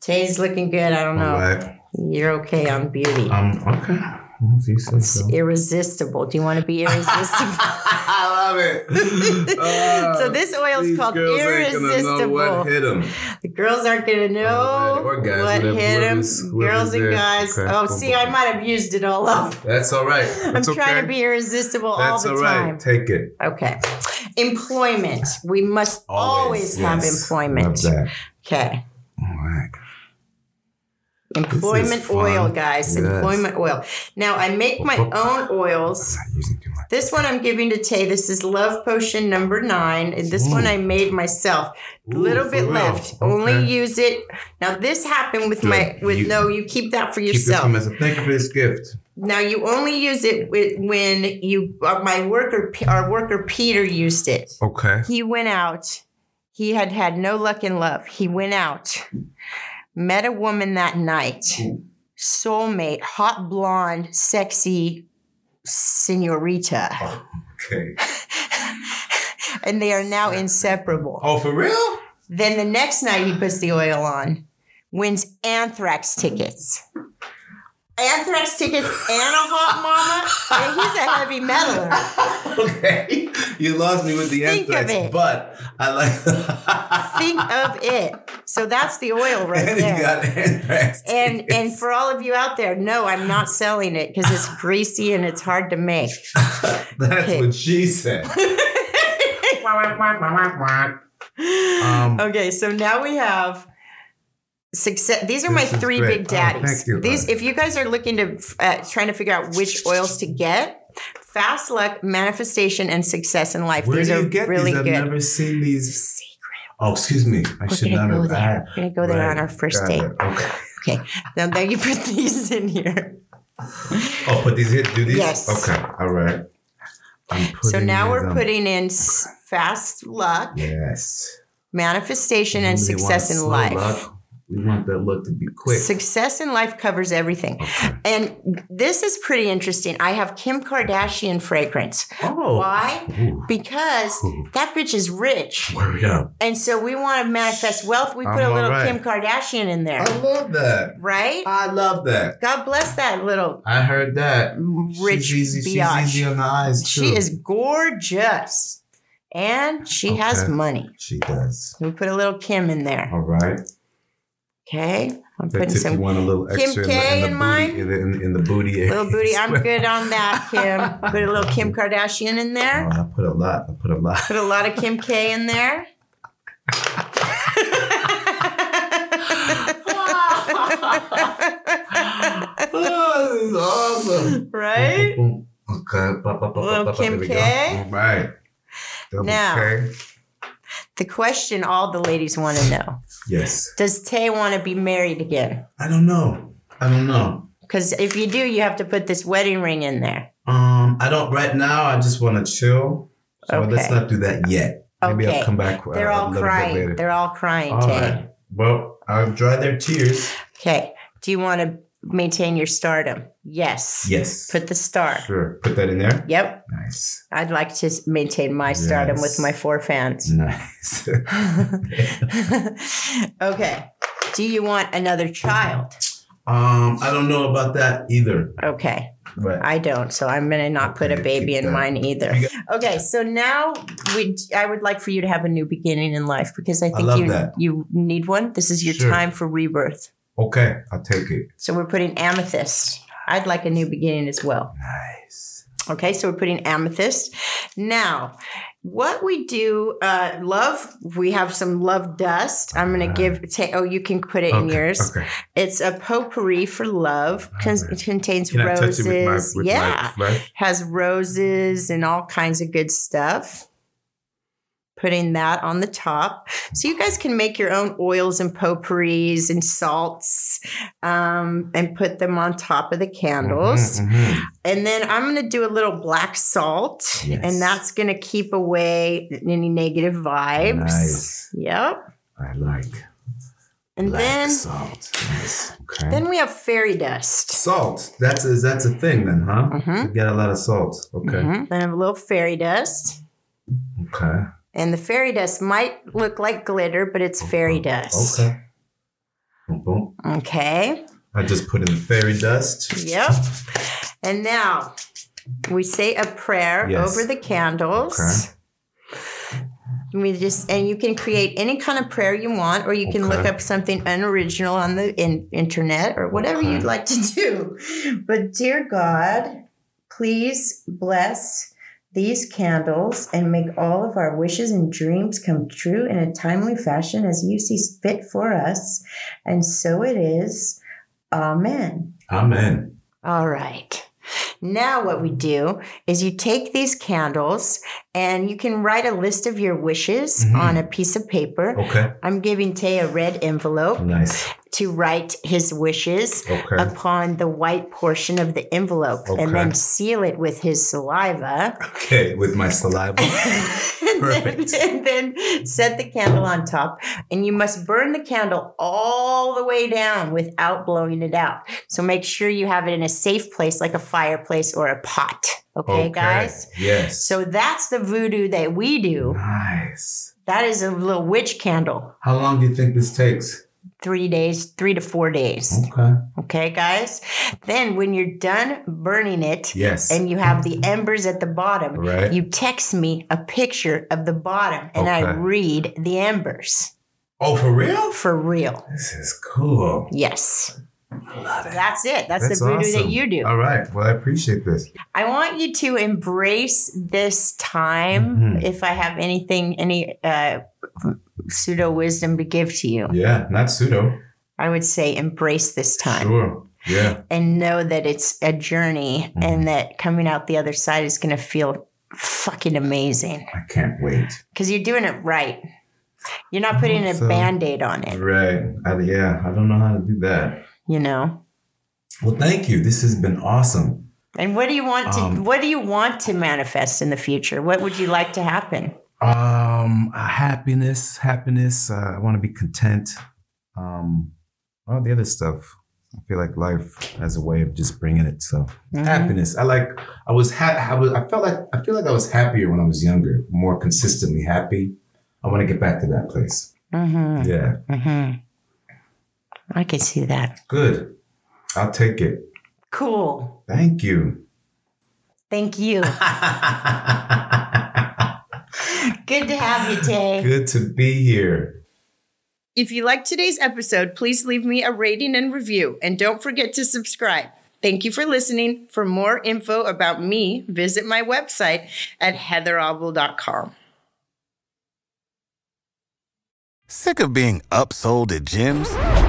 S2: Tay's looking good. I don't know.
S3: All right.
S2: You're okay on beauty.
S3: Um. Okay. Well, you say
S2: It's
S3: so.
S2: irresistible. Do you want to be irresistible?
S3: I love it. Ah,
S2: so this oil is
S3: these
S2: called
S3: girls ain't gonna know
S2: irresistible.
S3: What hit 'em.
S2: The girls aren't gonna know
S3: Oh, or guys,
S2: what
S3: whatever-
S2: hit them.
S3: whoever's-
S2: Girls
S3: whoever's
S2: and
S3: there.
S2: guys.
S3: Okay,
S2: Oh,
S3: boom,
S2: see,
S3: boom,
S2: I
S3: boom.
S2: might have used it all up.
S3: That's all right.
S2: I'm
S3: That's
S2: trying
S3: okay.
S2: to be irresistible
S3: That's
S2: all
S3: all
S2: the
S3: right.
S2: time.
S3: Take it.
S2: Okay. Employment. We must always, have
S3: Yes.
S2: employment.
S3: Love that.
S2: Okay.
S3: All right.
S2: Employment
S3: fun.
S2: oil, guys.
S3: Yes.
S2: Employment oil. Now I make my own oils.
S3: Not using too much.
S2: This one I'm giving to Tay. This is Love Potion number nine. And this one I made myself. A
S3: Ooh,
S2: little
S3: for
S2: bit
S3: real?
S2: left.
S3: Okay.
S2: Only use it. Now this happened with my
S3: Good.
S2: with
S3: You-
S2: no, you keep that for
S3: Keep this
S2: yourself.
S3: from us. Thank you for this gift.
S2: Now you only use it wi- when you uh, my worker P- our worker Peter used it.
S3: Okay.
S2: He went out. He had had no luck in love. He went out, met a woman that night, soulmate, hot blonde, sexy senorita,
S3: Okay.
S2: and they are now inseparable.
S3: Oh, for real?
S2: Then the next night he puts the oil on, wins anthrax tickets. Anthrax tickets and a hot mama. And he's a heavy metaler.
S3: okay. You lost me with the
S2: Think of
S3: anthrax,
S2: it.
S3: but I like.
S2: think of it. So that's the oil right
S3: and you
S2: there.
S3: got anthrax.
S2: And and for all of you out there, no, I'm not selling it because it's greasy and it's hard to make.
S3: That's
S2: Okay.
S3: what she said. Um,
S2: okay, so now we have success. These are my
S3: This is
S2: three
S3: great.
S2: big
S3: Oh,
S2: daddies.
S3: thank you,
S2: These,
S3: Ryan.
S2: if you guys are looking to uh, trying to figure out which oils to get, fast luck, manifestation, and success in life.
S3: Where
S2: these
S3: do you
S2: are
S3: get
S2: really
S3: these? I've
S2: good.
S3: never seen these.
S2: Secret.
S3: Oh, excuse me. I
S2: We're
S3: should
S2: gonna
S3: not
S2: go
S3: have.
S2: there. We're gonna go there
S3: Right.
S2: on our first
S3: Got
S2: date.
S3: it. Okay.
S2: Now, now you put these in here.
S3: Oh, but these hit do these?
S2: Yes.
S3: Okay. All right. I'm putting
S2: So now
S3: these
S2: we're
S3: on-
S2: putting in s- fast luck,
S3: Yes.
S2: manifestation, and
S3: We really want
S2: success in
S3: slow
S2: life.
S3: luck. We want that luck to be quick.
S2: Success in life covers everything.
S3: Okay.
S2: And this is pretty interesting. I have Kim Kardashian fragrance.
S3: Oh.
S2: Why?
S3: Ooh,
S2: Because
S3: Ooh.
S2: that bitch is rich.
S3: Hurry up.
S2: And so we want to manifest wealth. We put
S3: I'm
S2: a little
S3: alright. Oh.
S2: Kim Kardashian in there,
S3: I love that.
S2: right?
S3: I love that.
S2: God bless that little
S3: I heard that.
S2: rich
S3: she's easy,
S2: biatch.
S3: she's easy on the eyes too.
S2: She is gorgeous. And she has
S3: Okay. Oh.
S2: money.
S3: She does.
S2: We put a little Kim in there.
S3: All right.
S2: Okay. I'm
S3: That
S2: putting
S3: took you
S2: some
S3: want a little
S2: Kim
S3: extra in the,
S2: K
S3: in the
S2: in
S3: booty,
S2: mine?
S3: in, the, in, in the booty. area.
S2: little booty. I'm good on that, Kim. Put a little Kim Kardashian in
S3: Oh,
S2: there.
S3: I put a lot. I put a lot.
S2: Put a lot of Kim K in there.
S3: oh, this is awesome.
S2: right?
S3: Boom, boom, boom. Okay. Ba, ba, ba,
S2: Little
S3: ba, ba,
S2: Kim
S3: there we go.
S2: K.
S3: All right. Double
S2: Now.
S3: K.
S2: The question all the ladies want to know
S3: Yes.
S2: Does Tay want to be married again?
S3: I don't know. I don't know.
S2: Because if you do, you have to put this wedding ring in there.
S3: Um, I don't right now. I just want to chill. So let's
S2: Okay.
S3: not do that yet. Maybe
S2: Okay.
S3: I'll come back. uh,
S2: They're
S3: a
S2: all
S3: little bit
S2: crying.
S3: later.
S2: They're all crying,
S3: all
S2: Tay.
S3: right. Well, I'll dry their tears.
S2: Okay. Do you want to maintain your stardom? Yes.
S3: Yes.
S2: Put the star.
S3: sure. Put that in there.
S2: Yep.
S3: Nice.
S2: I'd like to s- maintain my stardom
S3: Yes.
S2: with my four fans.
S3: Nice.
S2: okay. Do you want another child?
S3: um, I don't know about that either.
S2: Okay.
S3: But
S2: I don't. So I'm going to not put a
S3: Okay,
S2: baby
S3: keep
S2: in
S3: that.
S2: mine either.
S3: You
S2: Okay. So now we, I would like for you to have a new beginning in life because I think
S3: love
S2: you,
S3: that.
S2: you need one. This is your
S3: Sure.
S2: time for rebirth.
S3: okay, I'll take it.
S2: So we're putting amethyst. I'd like a new beginning as well.
S3: Nice.
S2: Okay, so we're putting amethyst. Now, what we do, uh, love, we have some love dust. I'm going to give, ta- oh, you can put it in
S3: Okay,
S2: yours.
S3: Okay.
S2: It's a potpourri for love. Con-
S3: Alright.
S2: it contains
S3: Oh, Can
S2: roses.
S3: I touch it with my with
S2: yeah,
S3: my flesh?
S2: has roses and all kinds of good stuff. Putting that on the top. So you guys can make your own oils and potpourris and salts um, and put them on top of the candles.
S3: Mhm, mhm.
S2: And then I'm going to do a little black salt,
S3: Yes.
S2: and that's going to keep away any negative vibes.
S3: Nice.
S2: Yep.
S3: I like
S2: And
S3: black
S2: then
S3: salt. Nice. Okay.
S2: then we have fairy dust.
S3: Salt. That's a, that's a thing then, huh?
S2: Mhm.
S3: You got a lot of salt. Okay.
S2: Mhm. Then I have a little fairy dust.
S3: Okay.
S2: And the fairy dust might look like glitter, but it's fairy dust.
S3: Okay. Boom, boom.
S2: Okay.
S3: I just put in the fairy dust.
S2: Yep. And now we say a prayer
S3: Yes.
S2: over the candles. We just and you can create any kind of prayer you want, or you can look
S3: Okay.
S2: up something unoriginal on the in, internet or whatever
S3: Okay.
S2: you'd like to do. But dear God, please bless these candles and make all of our wishes and dreams come true in a timely fashion as you see fit for us. And so it is. Amen.
S3: Amen.
S2: All right. Now, what we do is you take these candles and you can write a list of your wishes
S3: Mhm.
S2: on a piece of paper.
S3: Okay.
S2: I'm giving Tay a red envelope
S3: Nice.
S2: to write his wishes
S3: Okay.
S2: upon the white portion of the envelope
S3: Okay.
S2: and then seal it with his saliva.
S3: Okay. With my saliva.
S2: and, then,
S3: Perfect.
S2: and then set the candle on top. And you must burn the candle all the way down without blowing it out. So make sure you have it in a safe place, like a fireplace or a pot. Okay, guys?
S3: Yes.
S2: So that's the voodoo that we do.
S3: nice.
S2: That is a little witch candle.
S3: How long do you think this takes?
S2: Three days, three to four days.
S3: Okay.
S2: Okay, guys? Then when you're done burning it,
S3: Yes.
S2: and you have the embers at the bottom.
S3: Right.
S2: You text me a picture of the bottom and I
S3: Okay.
S2: read the embers
S3: oh, for real?
S2: for real.
S3: This is cool.
S2: Yes.
S3: I love it.
S2: That's it. That's, the voodoo that
S3: awesome.
S2: you do.
S3: All right. Well, I appreciate this.
S2: I want you to embrace this time
S3: Mhm.
S2: if I have anything, any uh, pseudo wisdom to give to you.
S3: Yeah. Not pseudo.
S2: I would say embrace this time
S3: Sure. Mm-hmm. Yeah.
S2: and know that it's a journey and that coming out the other side is going to feel fucking amazing.
S3: I can't wait.
S2: because you're doing it right. You're not putting a
S3: So-
S2: band aid on it,
S3: Right. I, yeah. I don't know how to do that.
S2: you know.
S3: Well, thank you. This has been awesome.
S2: And what do you want to
S3: Um,
S2: what do you want to manifest in the future? What would you like to happen?
S3: Um, uh, happiness, happiness. Uh, I want to be content. Um, all the other stuff. I feel like life has a way of just bringing it. So
S2: Mm-hmm.
S3: happiness. I like. I was happy. I was. I felt like. I feel like I was happier when I was younger. More consistently happy. I want to get back to that place.
S2: Mm-hmm.
S3: Yeah.
S2: Mm-hmm. I can see that.
S3: Good. I'll take it.
S2: Cool.
S3: Thank you.
S2: Thank you. Good to have you, Tay.
S3: Good to be here.
S2: If you liked today's episode, please leave me a rating and review, and don't forget to subscribe. Thank you for listening. For more info about me, visit my website at heatherobel.com.
S4: Sick of being upsold at gyms?